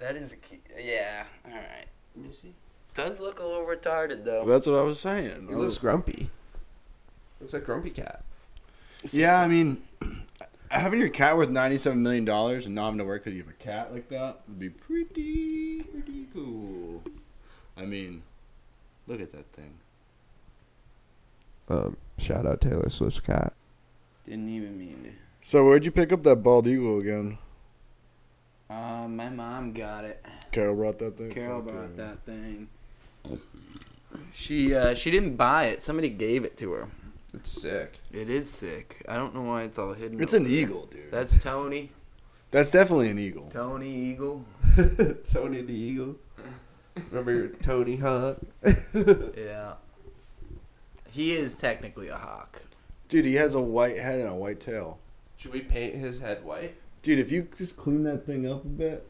B: That is a cute. Yeah, all right.
C: Let me see.
B: Does look a little retarded though.
A: That's what I was saying.
C: He
A: I was-
C: looks grumpy. Looks like grumpy cat.
A: Yeah, I mean, having your cat worth ninety-seven million dollars and not having to work because you have a cat like that would be pretty, pretty cool. I mean, look at that thing.
C: Um, shout out Taylor Swift's cat.
B: Didn't even mean to.
A: So where'd you pick up that bald eagle again?
B: Uh, my mom got it.
A: Carol brought that thing.
B: Carol
A: Fuck
B: bought
A: yeah.
B: that thing. She uh, she didn't buy it. Somebody gave it to her.
C: It's sick.
B: It is sick. I don't know why it's all hidden.
A: It's
B: over
A: an
B: there.
A: eagle, dude. That's
B: That's Tony.
A: definitely an eagle.
B: Tony Eagle.
C: Tony the Eagle. Remember Tony Hawk?
B: Yeah. He is technically a hawk.
A: Dude, he has a white head and a white tail.
C: Should we paint his head white?
A: Dude, if you just clean that thing up a bit,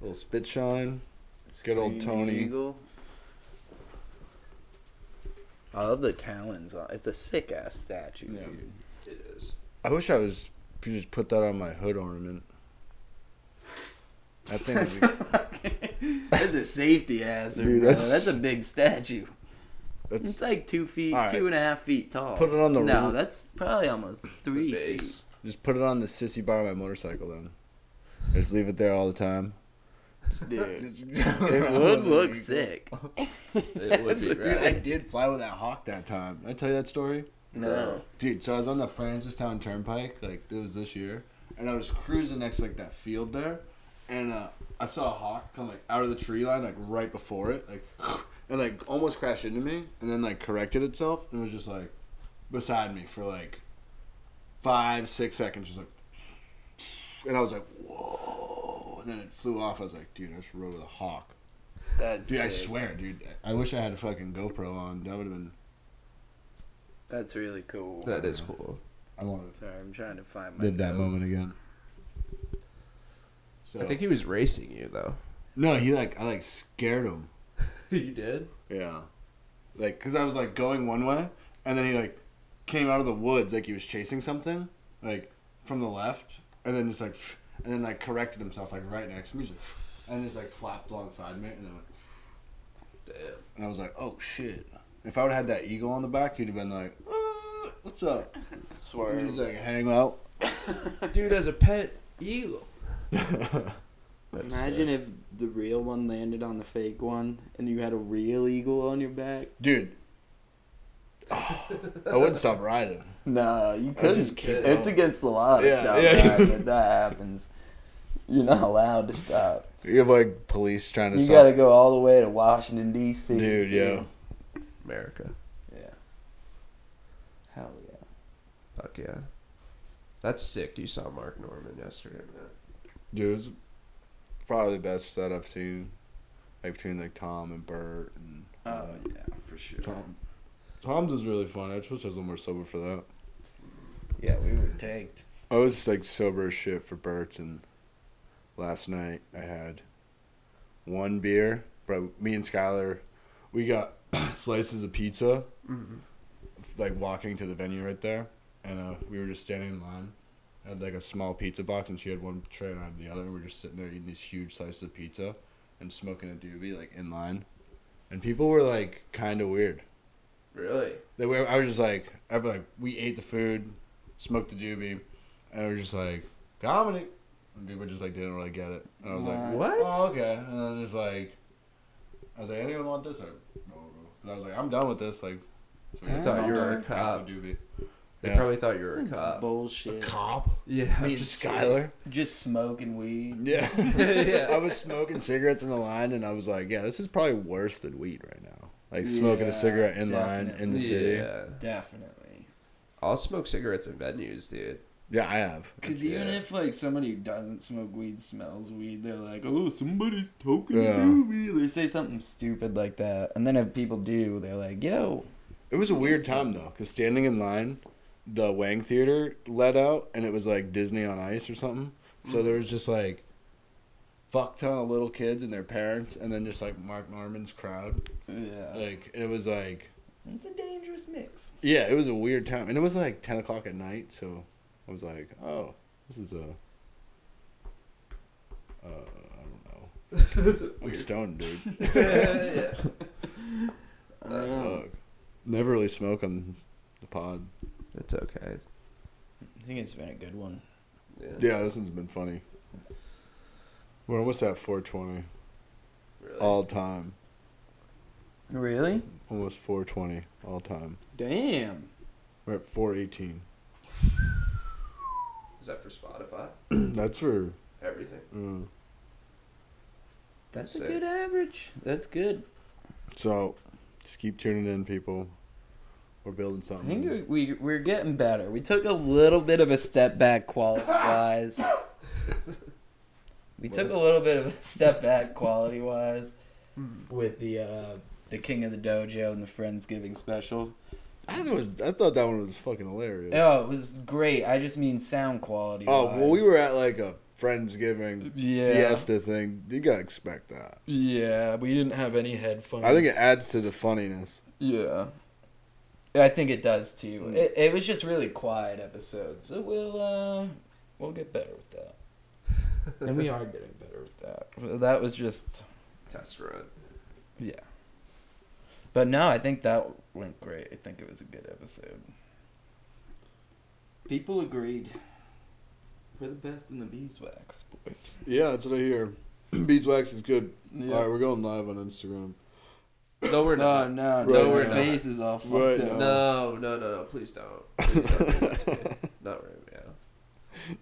A: little spit shine. Good old
B: Screaming
A: Tony.
B: Eagle. I love the talons. on- It's a sick ass statue,
A: Yeah.
B: dude.
C: It is.
A: I wish I was could just put that on my hood ornament. That thing was
B: that's a safety hazard.
A: Dude,
B: bro.
A: that's-
B: that's... a big statue. It's
A: that's,
B: like two feet,
A: All right.
B: two and a half feet tall.
A: Put it on the
B: no.
A: roof.
B: That's probably almost three feet.
C: base.
A: just put it on the sissy bar of my motorcycle then. Just leave it there all the time.
B: Dude,
A: it
B: it would look sick.
C: It would be
A: Dude, I
C: rad.
A: did fly with that hawk that time. Did I tell you that story?
B: No.
A: Dude, so I was on the Francistown Turnpike, like it was this year, and I was cruising next like that field there, and uh, I saw a hawk come like out of the tree line, like right before it, like and like almost crashed into me, and then like corrected itself and was just like beside me for like five, six seconds, just like, and I was like, whoa, and then it flew off. I was like, dude, I just rode with a hawk.
B: That's
A: Dude, I
B: sick.
A: swear, dude, I wish I had a fucking GoPro on. That would have been.
B: That's really cool.
C: That is cool.
A: I want
B: Sorry, I'm trying to find
A: to
B: my
A: live that
B: notes.
A: moment again. So
C: I think he was racing you though.
A: no, he like I like scared him.
C: you did.
A: Yeah, like because I was like going one way, and then he like came out of the woods like he was chasing something like from the left, and then just like and then like corrected himself like right next to me, just, and just like flapped alongside me, and then went,
C: Damn.
A: and I was like, oh shit! If I would have had that eagle on the back, he'd have been like, "Uh, what's up?
B: Swear.
A: And just like hang out.
C: Dude, as a pet eagle. That's
B: Imagine if the real one landed on the fake one and you had a real eagle on your back.
A: Dude.
C: Oh.
A: I wouldn't stop riding.
B: Nah, you
A: couldn't.
B: couldn't.
A: just keep It's
B: it's
A: going.
B: against the law to
A: Yeah,
B: stop
A: yeah.
B: that, but that happens. You're not allowed to stop.
A: You have like police trying to
B: You
A: stop.
B: gotta go all the way to Washington D.C.
A: Dude, yeah.
C: America.
B: Yeah. Hell yeah.
C: Fuck yeah. That's sick. You saw Mark Norman yesterday, man.
A: Dude, it was probably the best that I've seen. Like between like Tom and Bert and uh,
B: Oh, yeah, for sure.
A: Tom. Tom's is really fun. I just wish I was a little more sober for that.
B: Yeah, we were tanked.
A: I was like sober as shit for Bert's and last night I had one beer, but me and Skylar we got slices of pizza. Like walking to the venue right there, and uh, we were just standing in line. I had like a small pizza box, and she had one tray and I had the other. And we were just sitting there eating these huge slices of pizza and smoking a doobie, like in line. And people were like kind of weird.
C: Really?
A: They were. I was just like, I was like, we ate the food, smoked the doobie, and I was just like, Dominic. And people just like didn't really get it. And I was like, what?
B: What?
A: Oh, okay. And then it's like, I was like, anyone want this? Like, no, no. 'Cause I was like, I'm done with this. Like, so we
B: I
A: just
B: thought
A: stopped
B: you
A: at
B: were a
A: the
C: cop.
A: Doobie.
C: They
A: Yeah.
C: probably thought you were a cop.
B: bullshit.
A: cop.
C: yeah.
A: Me and Skylar.
B: Just smoking weed.
A: Yeah.
C: Yeah.
A: I was smoking cigarettes in the line, and I was like, yeah, this is probably worse than weed right now. Like smoking
B: Yeah,
A: a cigarette in line in
B: definitely.
A: the city. Yeah,
C: Yeah.
B: Definitely.
C: I'll smoke cigarettes in venues, dude.
A: I have.
B: Because even
C: Yeah.
B: if like somebody who doesn't smoke weed smells weed, they're like, "Oh, somebody's token
A: Yeah.
B: doobie." They say something stupid like that, and then if people do, they're like, "Yo,
A: It was a weird time though, because standing in line, the Wang Theater let out, and it was like Disney on Ice or something. So there was just like fuck ton of little kids and their parents, and then just like Mark Norman's crowd.
B: yeah,
A: Like it was like
B: it's a dangerous mix."
A: yeah, it was a weird time, and it was like ten o'clock at night. So I was like, oh, this is a. Uh, I don't know. I'm stoned, dude.
C: yeah.
A: Fuck. Never really smoke on the pod.
C: It's okay.
B: I think it's been a good one.
C: Yeah.
A: Yeah, this one's been funny. We're almost at 420
C: Really.
A: all time.
B: Really?
A: Almost 420 all time.
B: Damn.
A: We're at 418.
C: Is that for Spotify?
A: That's for.
C: Everything.
A: Uh,
B: That's a
C: Sick.
B: good average. That's good.
A: so, just keep tuning in, people. We're building
B: I
A: something.
B: think we- we we're getting better. We took a little bit of a step back quality wise. We took a little bit of a step back quality wise with the uh, the King of the Dojo and the Friendsgiving special.
A: I, thought it was- I thought that one was fucking hilarious.
B: Oh, it was great. I just mean sound quality.
A: oh, well, we
B: wise.
A: were at like a Friendsgiving
B: Yeah.
A: fiesta thing. You gotta expect that.
B: Yeah, we didn't have any headphones.
A: I think it adds to the funniness.
B: Yeah. I think it does too. It, it was just really quiet episode, so we'll uh, we'll get better with that. and we are getting better with that. Well, That was just
C: Test run.
B: yeah. But no, I think that went great. I think it was a good episode. People agreed. We're the best in the beeswax, boys.
A: Yeah, that's what I hear. Beeswax is good.
B: Yeah.
A: All right, we're going live on Instagram.
C: No, we're
B: No,
C: not.
B: no,
A: Right
B: no. Your
A: now.
B: face is all
A: Right
B: fucked up.
C: No, no, no, no. Please don't. Please don't do that to me. Not right now.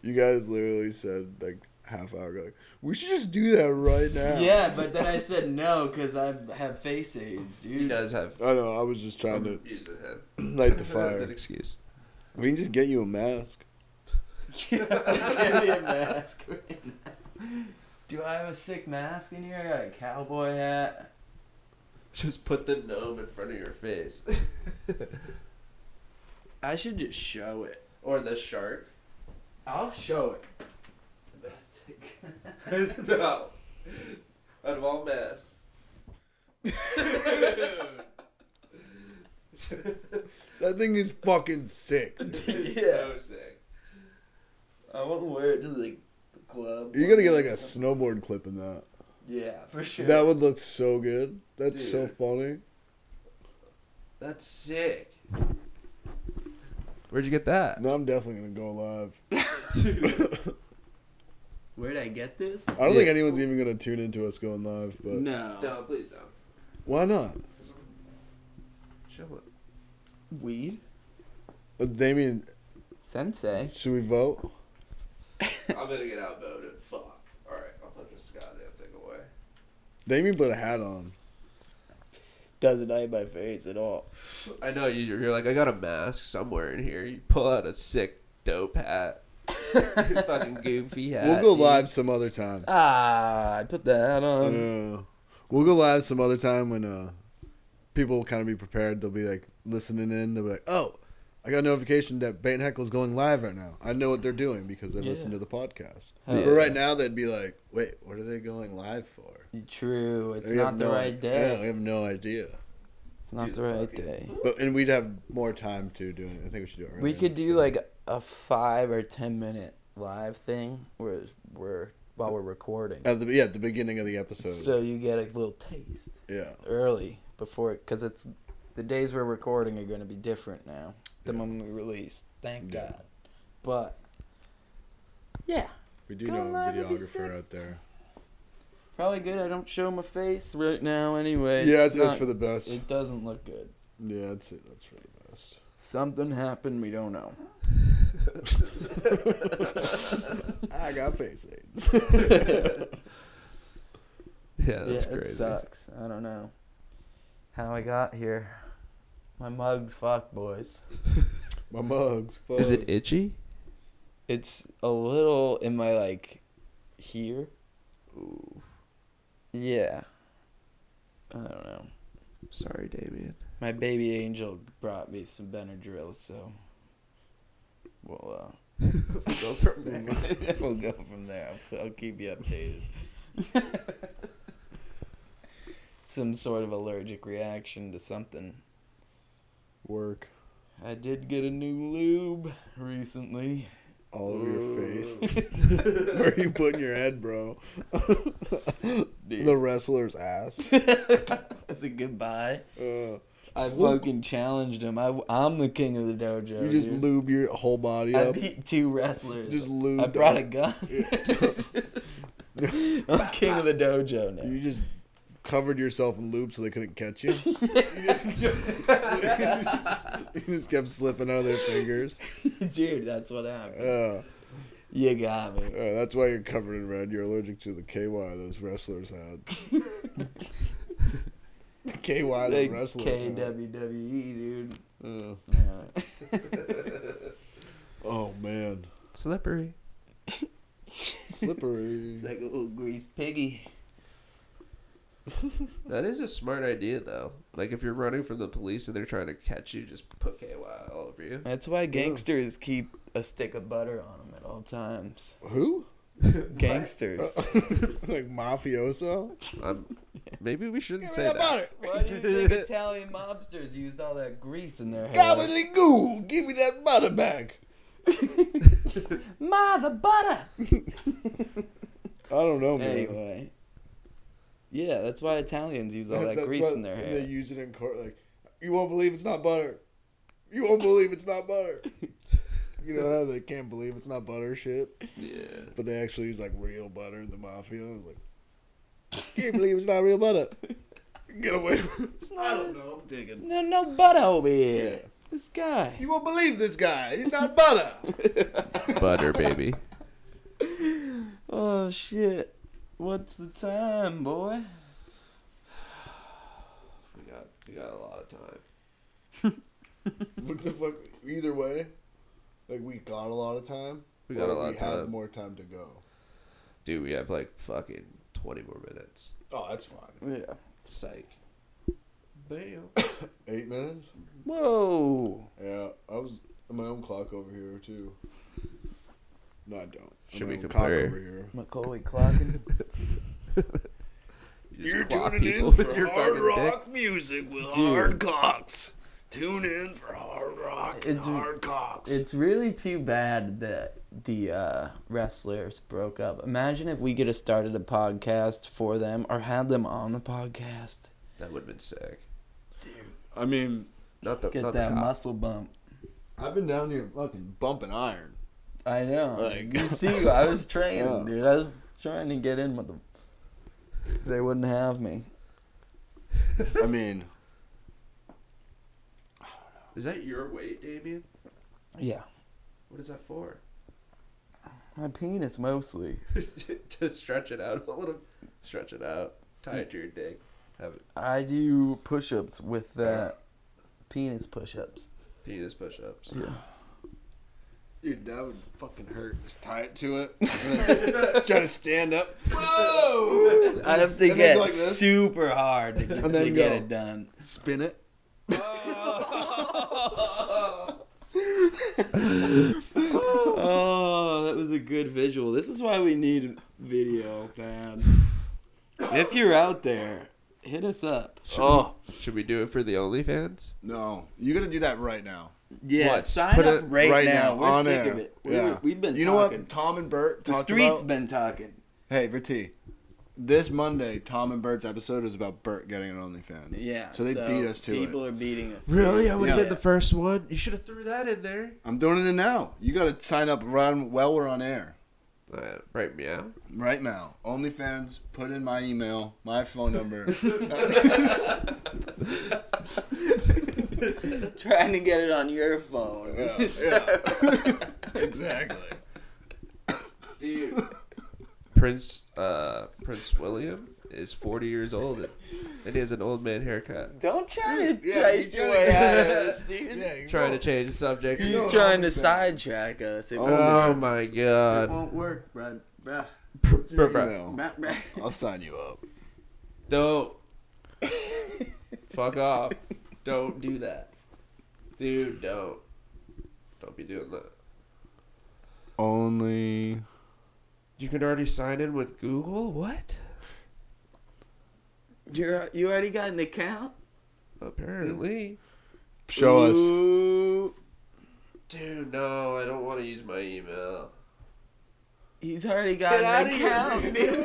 A: You guys literally said like half hour ago, like, we should just do that right now.
B: Yeah, but then I said no because I have face aids,
C: He
B: dude.
C: does have.
A: I know. I was just trying to
C: using him.
A: light the
C: That's an
A: fire.
C: excuse.
A: We can just get you a mask.
B: Give me a mask. right now. Do I have a sick mask in here? I got a cowboy hat.
C: Just put the gnome in front of your face,
B: I should just show it.
C: or the shark.
B: I'll show it.
C: no. Out of all masks.
A: That thing is fucking sick.
C: It's so sick. I want to wear it to the club.
A: You gotta get like a snowboard clip in that.
B: Yeah, for sure.
A: That would look so good. That's so
C: Dude.
A: funny.
C: That's sick. Where'd you get that?
A: No, I'm definitely gonna go live.
B: Where'd I get this?
A: I don't
C: Yeah.
A: think anyone's even gonna tune into us going live, but
B: No.
C: No, please don't.
A: why not?
C: Chill it.
B: Weed?
A: Uh, Damien,
B: Sensei.
A: should we vote?
C: I'm gonna get outvoted. Fuck. Alright, I'll put this goddamn thing away.
A: Damien put a hat on.
B: Doesn't hide my face at all.
C: I know you, you're like, I got a mask somewhere in here. You pull out a sick, dope hat. fucking goofy hat.
A: We'll go
C: dude.
A: live some other time.
B: Ah, I put that on.
A: Yeah. We'll go live some other time when uh, people will kind of be prepared. They'll be like listening in. They'll be like, oh, I got a notification that Bait and Heckle's going live right now. I know what they're doing because I
B: Yeah.
A: listened to the podcast.
B: Hell
A: But right
B: yeah.
A: now, they'd be like, wait, what are they going live for?
B: True, it's
A: We have
B: not the
A: no-
B: right day.
A: Yeah, we have no idea.
B: It's not
C: Dude,
B: the right
C: fuck it.
B: day.
A: But and we'd have more time to do it. I think we should do it. Right
B: We
A: now,
B: could do
A: so.
B: like a five or ten minute live thing where it's- we're while we're recording,
A: at the yeah at the beginning of the episode.
B: so you get a little taste
A: yeah,
B: early before because it's the days we're recording are going to be different now than when we released. Thank
A: Yeah.
B: God, but yeah,
A: we do
B: Go
A: know a
B: live would be sick.
A: videographer out there.
B: probably good. I don't show my face right now anyway.
A: yeah, it's,
B: It's
A: that's
B: not-
A: for the best.
B: It doesn't look good.
A: yeah, I'd say that's for the best.
B: Something happened we don't know.
A: I got face aids.
C: Yeah, uh, that's
B: yeah,
C: crazy.
B: it sucks. I don't know how I got here. My mug's fucked, boys.
A: My mugs. Fuck.
C: Is it itchy?
B: It's a little in my like here.
C: Ooh,
B: Yeah. I don't know.
C: sorry, Damien.
B: My baby angel brought me some Benadryl, so we'll uh,
C: go from there.
B: we'll go from there. I'll, I'll keep you updated. some sort of allergic reaction to something.
A: work
B: I did get a new lube recently.
A: all over your face? Where are you putting your head, bro? The wrestler's ass.
B: That's a goodbye.
A: Uh,
B: I
A: Well-
B: fucking challenged him. I, am the king of the dojo.
A: you just
B: dude.
A: lube your whole body
B: I
A: up.
B: beat two wrestlers.
A: Just lubed
B: I brought a
A: up.
B: gun. I'm king of the dojo now.
A: You just covered yourself in lube so they couldn't catch you. you just kept slipping out of their fingers.
B: Dude, that's what happened.
A: Uh,
B: You got
A: uh,
B: me.
A: that's why you're covered in red. You're allergic to the KY those wrestlers had. the KY the
B: Like
A: wrestlers had.
B: KWWE, E, dude.
A: Uh,
B: Yeah.
A: oh, man.
C: Slippery.
A: Slippery.
B: It's like a little grease piggy.
C: That is a smart idea, though. Like, if you're running from the police and they're trying to catch you, just put KY all over you.
B: That's why gangsters keep a stick of butter on them at all times.
A: Who?
B: Gangsters.
A: like mafioso?
C: Um, maybe we shouldn't
A: Give me
C: say
A: that
C: that.
A: butter.
B: Why do you think Italian mobsters used all that grease in their hair?
A: Gobbledygoo! Give me that butter back.
B: Ma, the butter!
A: I don't know, man.
B: Anyway. Yeah, that's why Italians use all that
A: That's
B: grease
A: what-
B: in their
A: and
B: hair.
A: they use it in court. Like, you won't believe it's not butter. You won't believe it's not butter. You know how they can't believe it's not butter shit,
C: Yeah.
A: but they actually use like real butter in the mafia. I was like, can't believe it's not real butter. Get away! From it. I don't know. I'm digging.
B: no, no butter over here.
A: Yeah.
B: This guy.
A: You won't believe this guy. He's not butter.
C: Butter, baby.
B: Oh shit! What's the time, boy?
C: We got we got a lot of time.
A: what the fuck? Either way, like we got a lot of time.
C: We got
A: or
C: a lot
A: we
C: of
A: have
C: time.
A: more time to go.
C: Dude, we have like fucking twenty more minutes.
A: Oh, that's fine.
B: Yeah.
C: Psych.
B: Bam.
A: Eight minutes.
B: Whoa.
A: Yeah, I was on my own clock over here too. No, I don't. I'm
C: Should
A: my
C: we
A: own
C: compare?
A: over here?
B: Macaulay clocking.
C: You just
A: You're
C: clock
A: tuning
C: people
A: in for
C: with your
A: hard
C: fucking dick.
A: rock music with hard cocks. Tune in for hard rock and
B: It's-
A: hard cocks.
B: It's really too bad that the uh, wrestlers broke up. Imagine if we could have started a podcast for them or had them on the podcast.
C: That would have been sick.
A: I mean,
C: Not the
B: Get
C: not
B: that
C: the cock.
B: muscle bump.
A: I've been down here fucking bumping iron.
B: I know.
A: Like-
B: you see, I was training,
A: Yeah.
B: dude. I was trying to get in with them. They wouldn't have me.
A: I mean,
C: Is that your weight, Damien?
B: Yeah.
C: What is that for?
B: My penis mostly.
C: to stretch it out a little. Stretch it out. Tie it to your dick. Have it
B: I do push ups with that penis push ups.
C: penis push ups.
A: dude, that would fucking hurt. Just tie it to it. Try to stand up. Whoa!
B: I have
A: And
B: to
A: then
B: get
A: go like this.
B: super hard to, get-
A: And then
B: to get
A: go.
B: it done.
A: Spin it.
B: Oh, that was a good visual. This is why we need video, man. If you're out there, hit us up.
A: Oh
C: Should we do it for the OnlyFans?
A: no! You gotta do that right now.
B: Yeah,
C: What?
B: sign
C: Put
B: up
C: it
B: right, now. We're sick of it. We
A: yeah.
B: were, we've been
A: You know
B: talking.
A: what? Tom and Bert.
B: The
A: talked
B: street's
A: about-
B: been talking.
A: Hey, Verti. This Monday, Tom and Bert's episode is about Bert getting an OnlyFans.
B: Yeah.
A: So they beat us to
B: People
A: it.
B: are beating us.
A: would've Yeah. been the
C: first one. You should have threw that in there.
A: I'm doing it now. You got to sign up right while we're on air.
C: Uh, right, meow.
A: Right now. OnlyFans, put in my email, my phone number.
B: Trying to get it on your phone.
A: yeah, yeah. exactly.
C: Dude. Prince uh, Prince William is 40 years old and, and he has an old man haircut.
B: Don't try to
A: Yeah, you
B: chase your
A: gotta-
B: way out of this, dude.
A: Yeah, you
C: Trying to
A: know.
C: change the subject.
A: You know-
B: You're
A: No,
B: trying to
A: OnlyFans.
B: sidetrack us. It won't,
C: Oh my
B: it
C: god.
B: won't work, bruh. Bruh.
A: Your
C: Bruh, bruh.
A: email.
B: Bruh, bruh.
A: I'll sign you up.
C: Don't. Fuck off. Don't do that. Dude, don't. Don't be doing that.
A: Only.
C: You can already sign in with Google? What?
B: You're, you already got an account?
A: Hmm.
C: Apparently.
A: Show us.
B: Ooh,
C: Dude, no, I don't want to use my email.
B: He's already got
C: Get
B: an
C: outta here,
B: account.
C: dude. Do it.
A: He's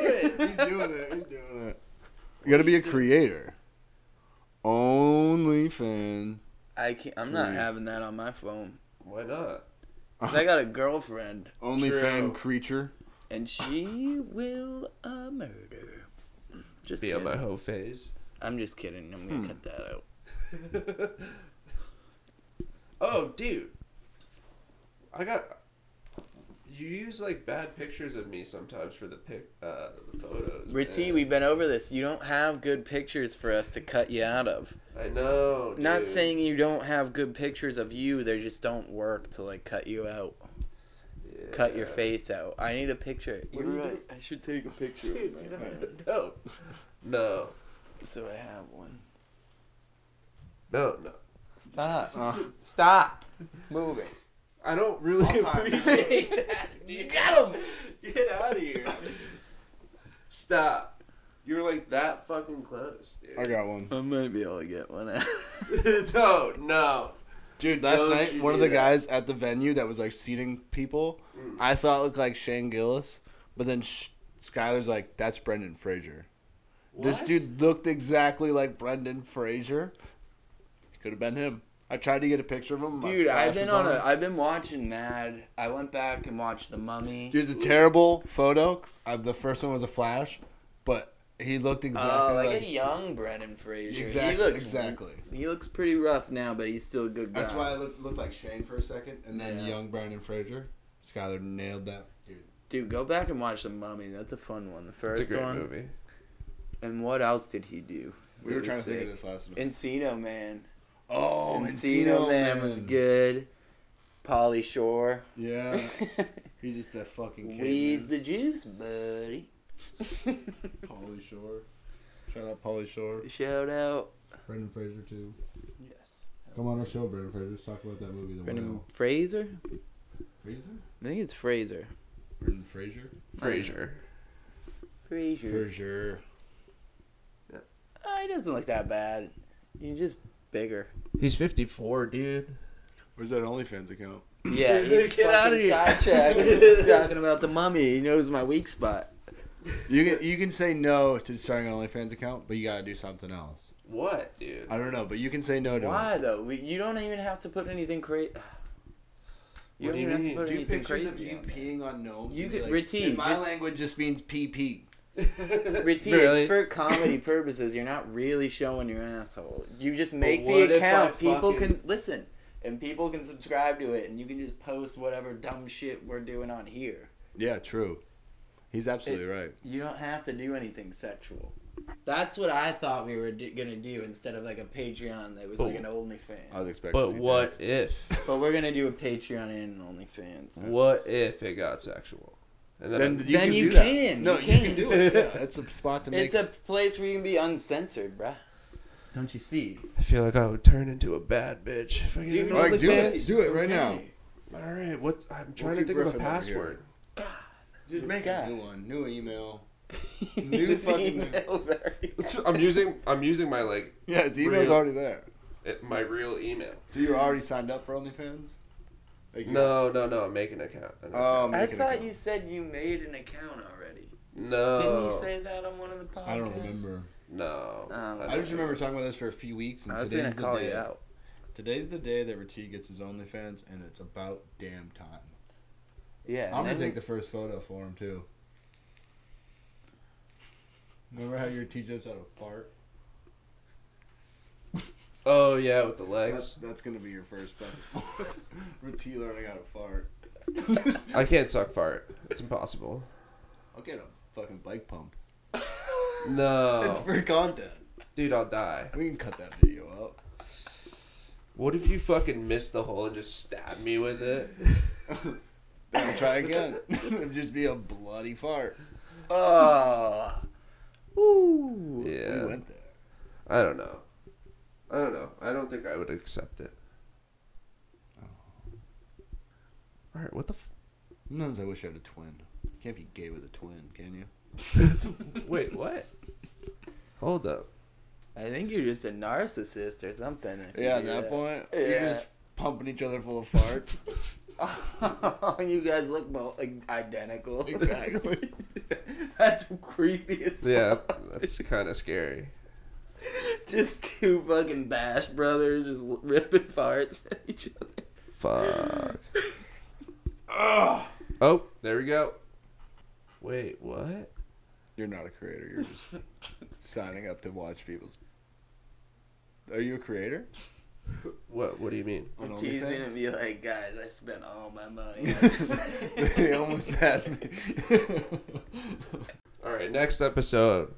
A: doing it. He's doing it. You got to be a creator. OnlyFans.
B: I can't, I'm not
A: Mm.
B: having that on my phone.
C: Why not?
B: 'Cause I got a girlfriend,
A: Only fan
C: True.
A: creature.
B: and she will uh, murder. Just
C: Be on
B: kidding.
C: my hoe phase.
B: I'm just kidding. I'm gonna cut that out.
C: Oh, dude. I got. You use like bad pictures of me sometimes for the pic, uh, the photos.
B: Ritty,
C: man.
B: we've been over this. You don't have good pictures for us to cut you out of.
C: I know.
B: Not
C: dude.
B: saying you don't have good pictures of you, they just don't work to like cut you out, cut your
C: Yeah.
B: face out. I need a picture.
C: What
B: You're
C: do you
B: right. I should take a picture.
C: Dude,
B: of
C: you
B: my
C: don't- no, no,
B: So I have one.
C: no, no.
B: Stop.
A: Uh.
B: Stop. Move it.
C: I don't really appreciate that. Dude. Get him! Get out of here! Stop! You're like that fucking close, dude.
A: I got one.
B: I might be able to get one out.
C: no, no.
A: Dude, last
C: Don't
A: night
C: you
A: one of
C: do
A: the
C: that.
A: guys at the venue that was like seating people, I thought looked like Shane Gillis, but then sh- Skylar's like, that's Brendan Fraser. This
C: What?
A: dude looked exactly like Brendan Fraser. Could have been him. I tried to get a picture of him. my
B: Dude,
A: flash
B: I've been
A: was
B: on a. I've been watching Mad. I went back and watched The Mummy.
A: There's a terrible photo. 'cause, uh, the first one was a flash, but he looked exactly
B: Oh, like,
A: like.
B: a young Brendan Fraser.
A: Exact-
B: he looks,
A: exactly.
B: He looks pretty rough now, but he's still a good guy.
A: that's why I looked, looked like Shane for a second, and then
B: Yeah.
A: young Brendan Fraser. Skylar nailed that dude.
B: Dude, go back and watch The Mummy. That's a fun one. The
C: It's
B: first
C: a great
B: one.
C: movie.
B: And what else did he do?
A: We were trying to think of
B: sick.
A: this last one.
B: Encino Man.
A: oh,
B: Encino, Man, was good. Polly Shore.
A: Yeah, he's just that fucking
B: Wheeze
A: kid.
B: the juice, buddy.
A: Polly Shore. Shout out Polly Shore.
B: Shout out.
A: Brendan Fraser too.
B: Yes.
A: Come on our show, Brendan Fraser. Let's talk about that movie, The
B: Brendan
A: Whale.
B: Fraser?
A: Fraser.
B: I think it's Fraser.
A: Brendan Fraser.
C: Frasier.
B: Fraser.
A: Fraser.
B: Ah, he doesn't look that bad. He's just bigger.
C: He's 54, dude.
A: Where's that OnlyFans account?
B: Yeah, he's
C: Get outta
B: fucking
C: here.
B: sidetracked. He's talking about the mummy. He knows my weak spot.
A: You can you can say no to starting an OnlyFans account, but you gotta do something else.
C: What, dude?
A: I don't know, but you can say no to it.
B: Why though? We, you don't even have to put anything crazy. You don't
C: What do you
B: even have to
C: mean?
B: put
C: Do
A: Do
B: anything
A: pictures
B: crazy.
A: of you
B: on there.
A: peeing on gnomes.
B: You
A: and be
B: could-
A: like,
B: Ritti,
A: In my
B: just-
A: language just means pee pee.
B: Ritti,
C: Really?
B: it's for comedy purposes. You're not really showing your asshole. You just make
C: what
B: the
C: if I
B: account. People
C: fucking-
B: can listen, and people can subscribe to it, and you can just post whatever dumb shit we're doing on here.
A: Yeah, true. He's absolutely right.
B: You don't have to do anything sexual. That's what I thought we were d- gonna do instead of like a Patreon that was like an
A: I
B: OnlyFans.
A: was expecting. to
C: But
A: see
C: what if?
B: But we're gonna do a Patreon and an OnlyFans.
C: What if it got sexual? And
A: that. Then you,
B: Then
A: can,
B: you
A: do that.
B: can,
A: No,
B: you
A: you can
B: can.
A: do it. Yeah, that's a spot to make.
B: It's a place where you can be uncensored, bruh. Don't you see?
C: I feel like I would turn into a bad bitch if I get
B: Dude,
C: an
A: All right, do it.
C: OnlyFans.
A: Do it right now.
C: All right, what? I'm trying
A: keep
C: to think
A: riffing
C: of a
A: over
C: password.
A: Just
B: This
A: make
B: guy.
A: a new one, new email.
B: He
A: New
B: just
A: fucking-
B: emails her.
C: I'm using I'm using my like
A: Yeah, the
C: email's Real. already
A: there.
C: it- my real email.
A: So you were already signed up for OnlyFans? Like you-
C: No, no, no. Make an account. An
A: Oh,
C: account.
B: I
A: make an
B: thought
A: account.
B: you said you made an account already.
C: no.
B: Didn't you say that on one of the podcasts?
A: I don't remember.
C: No.
B: Um,
A: I just remember talking about this for a few weeks, and
B: I was
A: today's
B: gonna
A: the
B: call
A: day.
B: you out.
A: Today's the day that Rati gets his OnlyFans, and it's about damn time.
B: Yeah.
A: I'm gonna
B: and then-
A: take the first photo for him too. Remember how you were teaching us how to fart?
C: Oh yeah, with the
A: That's,
C: legs.
A: that's gonna be your first photo. Rati learning how to fart.
C: I can't suck fart. It's impossible.
A: I'll get a fucking bike pump. It's
B: Oh.
C: No,
A: for content.
C: dude, I'll die.
A: We can cut that video out.
C: What if you fucking missed the hole and just stabbed me with it?
A: Then I'll try again. It'll just be a bloody fart.
B: Oh. Ooh.
C: Ah. Yeah.
A: We went there.
C: I don't know. I don't know. I don't think I would accept it. All right, what the? F-
A: Sometimes I wish I had a twin. Can't be gay with a twin, can you?
C: Wait, what? Hold up.
B: I think you're just a narcissist or something. if you
A: Yeah, at
B: do
A: that point, you're
B: Yeah.
A: just pumping each other full of farts.
B: you guys look both like, identical.
A: Exactly.
B: That's creepy as
C: Yeah,
B: fuck.
C: that's kind of scary.
B: Just two fucking bash brothers just l- ripping farts at each other.
C: Fuck. Oh, there we go. Wait, what?
A: you're not a creator. You're just signing up to watch people's. Are you a creator?
C: What? What do you mean?
A: On
B: He's gonna
A: OnlyFans?
B: be like, guys, I spent all my money.
A: they almost had me.
C: All right, next episode.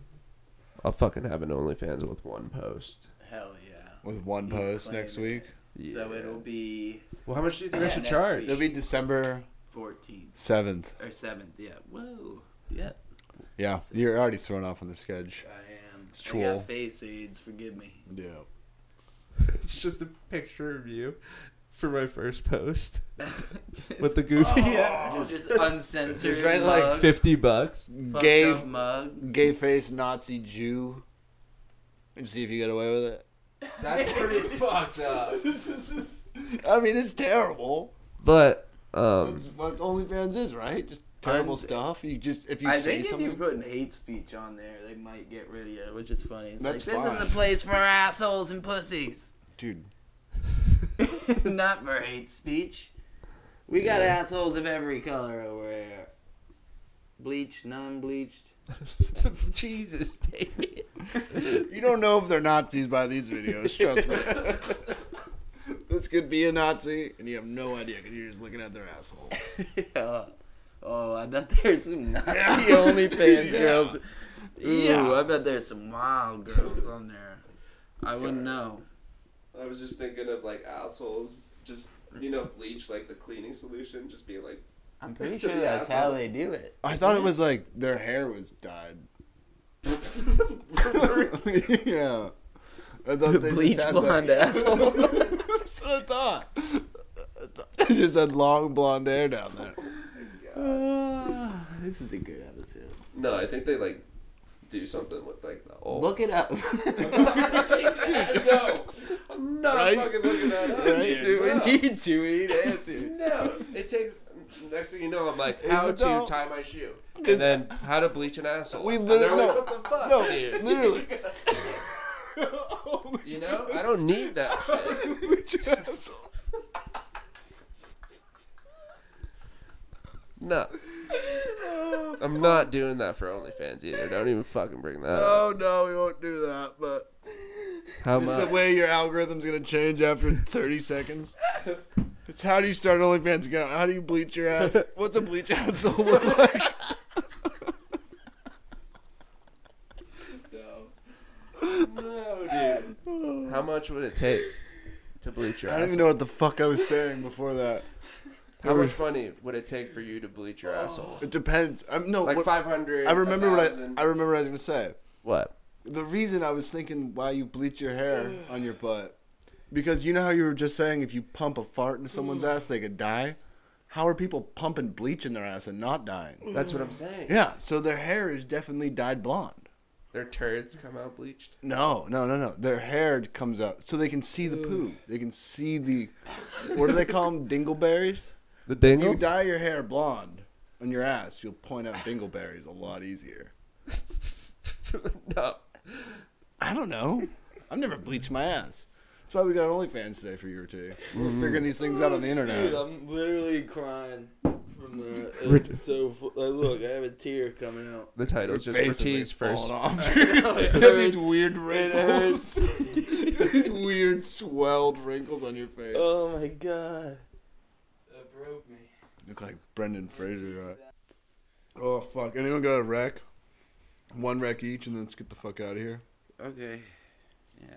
C: I'll fucking have an OnlyFans with one post.
B: Hell yeah.
A: With one
B: He's
A: post next
B: claiming
A: week.
B: So
C: Yeah.
B: it'll be
C: Well, how much do you think I
B: Yeah,
C: should
B: next
C: charge?
B: week.
A: It'll be December
B: 14th
A: 7th.
B: or 7th. Yeah. Whoa. Yeah.
A: Yeah, you're already thrown off on the sketch.
B: I am. I
A: Swole.
B: got face aids. Forgive me.
A: Yeah.
C: It's just a picture of you for my first post with the goofy.
B: Yeah, just, just uncensored.
A: Just right, like,
B: mug,
C: Fifty bucks.
B: fucked
A: Gay,
B: up mug.
A: gay face Nazi Jew. And see if you get away with it.
C: That's pretty fucked up.
A: I mean, it's terrible.
C: But Um,
A: That's what OnlyFans is, right? Just terrible
B: I'm-
A: stuff. You just if you
B: I
A: say
B: think if
A: something.
B: you put an hate speech on there, they might get rid of you, which is funny. It's
A: That's
B: like,
A: fine.
B: this is a place for assholes and pussies,
A: Dude,
B: not for hate speech. We got
C: Yeah.
B: assholes of every color over here. Bleached, non-bleached.
C: Jesus, David.
A: you don't know if they're Nazis by these videos. Trust me. this could be a Nazi, and you have no idea because you're just looking at their asshole.
B: yeah. Oh, I bet there's some Nazi OnlyFans
A: Yeah.
B: girls. Ooh,
A: Yeah.
B: I bet there's some wild girls on there. I wouldn't
C: Sorry.
B: know.
C: I was just thinking of like assholes, just you know, bleach like the cleaning solution, just being like,
B: I'm pretty
C: To
B: sure
C: the
B: that's how
C: asshole.
B: they do it.
A: I thought it was like their hair was dyed. yeah. I thought they
B: Bleach
A: just had
B: blonde
A: that.
B: asshole.
A: That's what I thought. I thought They just had long blonde hair down there.
B: Ah, this is a good episode.
C: no, I think they like do something with like the old.
B: Look it up.
C: no, I'm not
A: Right?
C: fucking looking that up,
A: Right?
C: dude.
B: we
C: No.
B: need to. We need answers.
C: no, it takes. Next thing you know, I'm like, how
A: It's
C: to
A: no-
C: tie my shoe, and
A: It's-
C: then how to bleach an asshole.
A: We
C: And
A: literally-
C: they're like,
A: no.
C: what the fuck,
A: No,
C: dude?
A: literally.
C: You know, I don't need that shit. No. I'm not doing that for OnlyFans either. Don't even fucking bring that up.
A: Oh no, we won't do that. But
C: How
A: this is
C: much?
A: the way your algorithm's gonna change after 30 seconds. It's how do you start an OnlyFans account? How do you bleach your ass? What's a bleach asshole look like?
C: no, dude. How much would it take to bleach your
A: I don't even
C: asshole?
A: know what the fuck I was saying before that.
C: How much money would it take for you to bleach your asshole?
A: It depends. I'm no.
C: Like
A: what-
C: five hundred.
A: I remember what I, I remember what I was gonna say.
C: What?
A: The reason I was thinking why you bleach your hair on your butt, because you know how you were just saying if you pump a fart into someone's ass they could die. How are people pumping bleach in their ass and not dying?
C: That's what I'm saying.
A: Yeah, so their hair is definitely dyed blonde.
C: Their turds come out bleached.
A: No, no, no, no. Their hair comes out, so they can see the poo. They can see the, what do they call them? Dingleberries.
C: The
A: If you
C: dingles.
A: dye your hair blonde on your ass, you'll point out dingleberries a lot easier.
C: no.
A: I don't know. I've never bleached my ass. That's why we got OnlyFans today for you two. We're figuring these things out on the
B: Dude,
A: internet.
B: I'm literally crying from the. It's so fu- like, look, I have a tear coming out.
C: The title's just
A: Faces
C: Ortiz
A: are
C: first.
A: falling off.
B: it
A: You have these
B: hurts.
A: weird wrinkles. these weird swelled wrinkles on your face.
B: Oh my god. That broke me.
A: Look like Brendan Fraser. Right? Oh fuck! Anyone got a wreck? One wreck each, and then let's get the fuck out of here.
B: Okay. Yeah.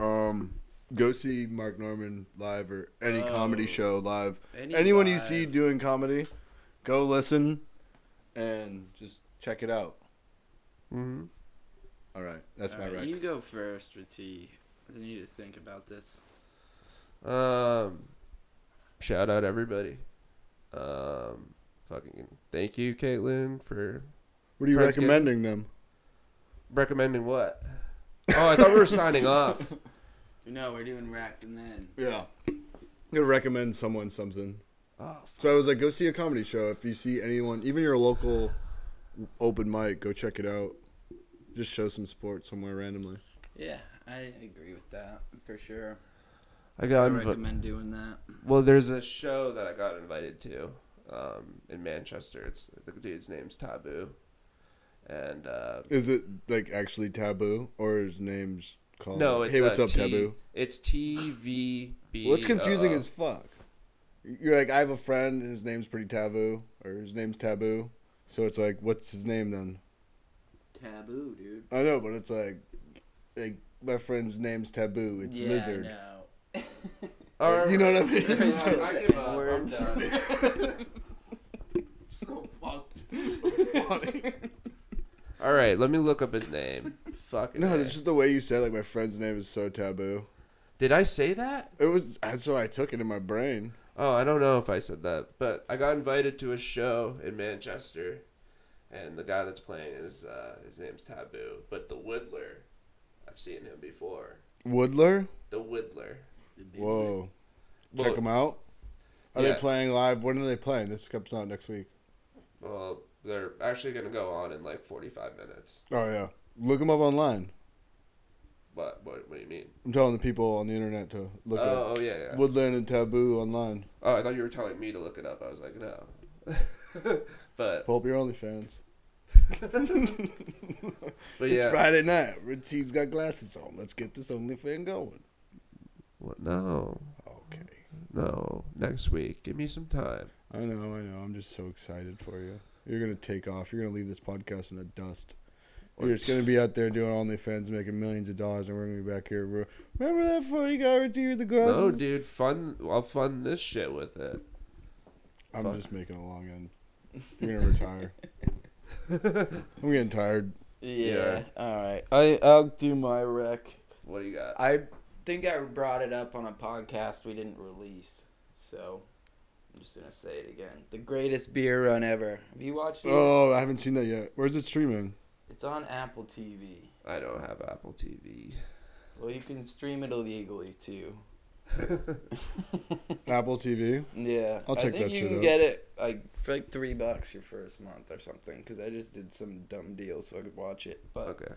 A: Um, go see Mark Norman live or any comedy
B: Oh.
A: show live.
B: Any
A: Anyone you
B: live.
A: see doing comedy, go listen and just check it out.
C: Mm-hmm.
A: All right, that's my
B: Alright,
A: rec.
B: You go first with T. I need to think about this.
C: Um, shout out everybody. Um, fucking thank you, Caitlin, for
A: what are you
C: Friends
A: recommending them?
C: recommending what. Oh, I thought we were signing off.
B: No, we're doing racks and then.
A: Yeah, you recommend someone something.
C: Oh,
A: So I was like, go see a comedy show. If you see anyone, even your local open mic, go check it out. Just show some support somewhere randomly.
B: Yeah, I agree with that for sure.
C: I
B: I
C: got invi-
B: recommend doing that.
C: well. There's a show that I got invited to, um, in Manchester. It's the dude's name's Taboo, and uh,
A: Is it like actually taboo or is names called?
C: no, it's
A: hey, what's
C: uh,
A: up,
C: T-
A: taboo?
C: It's TVB.
A: Well, it's confusing
C: uh,
A: as fuck. You're like, I have a friend, and his name's pretty taboo, or his name's taboo. So it's like, what's his name then?
B: Taboo, dude.
A: I know, but it's like, like my friend's name's taboo. It's
B: yeah,
A: lizard.
B: No.
C: All
A: You know what I mean?
B: It's
A: It's
B: just
A: like-
C: I
B: the
C: give up. I'm
B: N-word.
C: done.
A: so fucked.
C: All right, let me look up his name. Fucking
A: No,
C: A.
A: it's just the way you said like my friend's name is so taboo.
C: Did I say that?
A: It was that's why I took it in my brain.
C: Oh, I don't know if I said that, but I got invited to a show in Manchester, and the guy that's playing is uh, his name's Taboo, but the Whittler, I've seen him before.
A: Woodler.
C: The Whittler.
B: The big-
A: Whoa.
C: Well-
A: Check him out. Are
C: Yeah.
A: they playing live? When are they playing? This comes out next week.
C: Well, they're actually gonna go on in like 45 minutes.
A: Oh yeah, look them up online.
C: But what, what do you mean?
A: I'm telling the people on the internet to look
C: oh,
A: up
C: oh yeah, yeah.
A: Woodland and Taboo online.
C: Oh, I thought you were telling me to look it up. I was like, no. but
A: Pull up your OnlyFans.
C: but
A: It's
C: yeah.
A: Friday night. Richie's got glasses on. Let's get this OnlyFan going.
C: What? No,
A: Okay.
C: no. Next week, give me some time.
A: I know, I know. I'm just so excited for you. You're gonna take off. You're gonna leave this podcast in the dust. You're just gonna be out there doing OnlyFans, making millions of dollars, and we're gonna be back here. We're, Remember that funny guy with you with the glasses?
B: Oh,
C: No, dude. Fun. I'll fund this shit with it.
A: I'm
C: Fuck.
A: just making a long end. You're gonna retire. I'm getting tired.
B: Yeah. All right. I I'll do my rec.
C: What do you got?
B: I think I brought it up on a podcast we didn't release, so I'm just gonna say it again. The greatest beer run ever. Have you watched it?
A: Oh, I haven't seen that yet. Where's it streaming?
B: It's on Apple TV.
C: I don't have Apple TV.
B: Well, you can stream it illegally too.
A: Apple TV.
B: Yeah,
A: I'll
B: I
A: check
B: think
A: that
B: you
A: shit
B: can
A: out.
B: get it like for like three bucks your first month or something. Because I just did some dumb deal so I could watch it. But
C: Okay.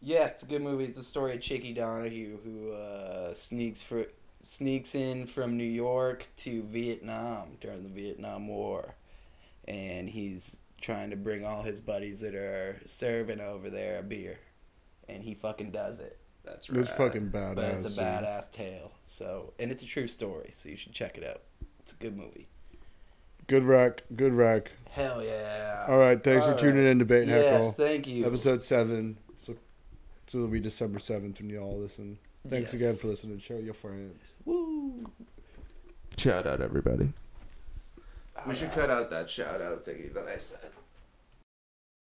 B: yeah, it's a good movie. It's the story of Chicky Donahue who uh, sneaks for sneaks in from New York to Vietnam during the Vietnam War, and he's trying to bring all his buddies that are serving over there a beer, and he fucking does it.
C: That's right.
A: It's fucking badass.
B: Uh, But it's a
A: dude.
B: badass tale. So, and it's a true story. So you should check it out. It's a good movie.
A: Good rack. Good rack.
B: Hell yeah.
A: All right. Thanks
B: All
A: for tuning
B: right.
A: in to Bait and
B: Yes,
A: Heckle.
B: thank you.
A: Episode seven. So, so it'll be December seventh when y'all listen. Thanks
B: Yes.
A: again for listening. Show your friends.
B: Woo.
C: Shout out everybody. We should cut out that shout out thingy that I said.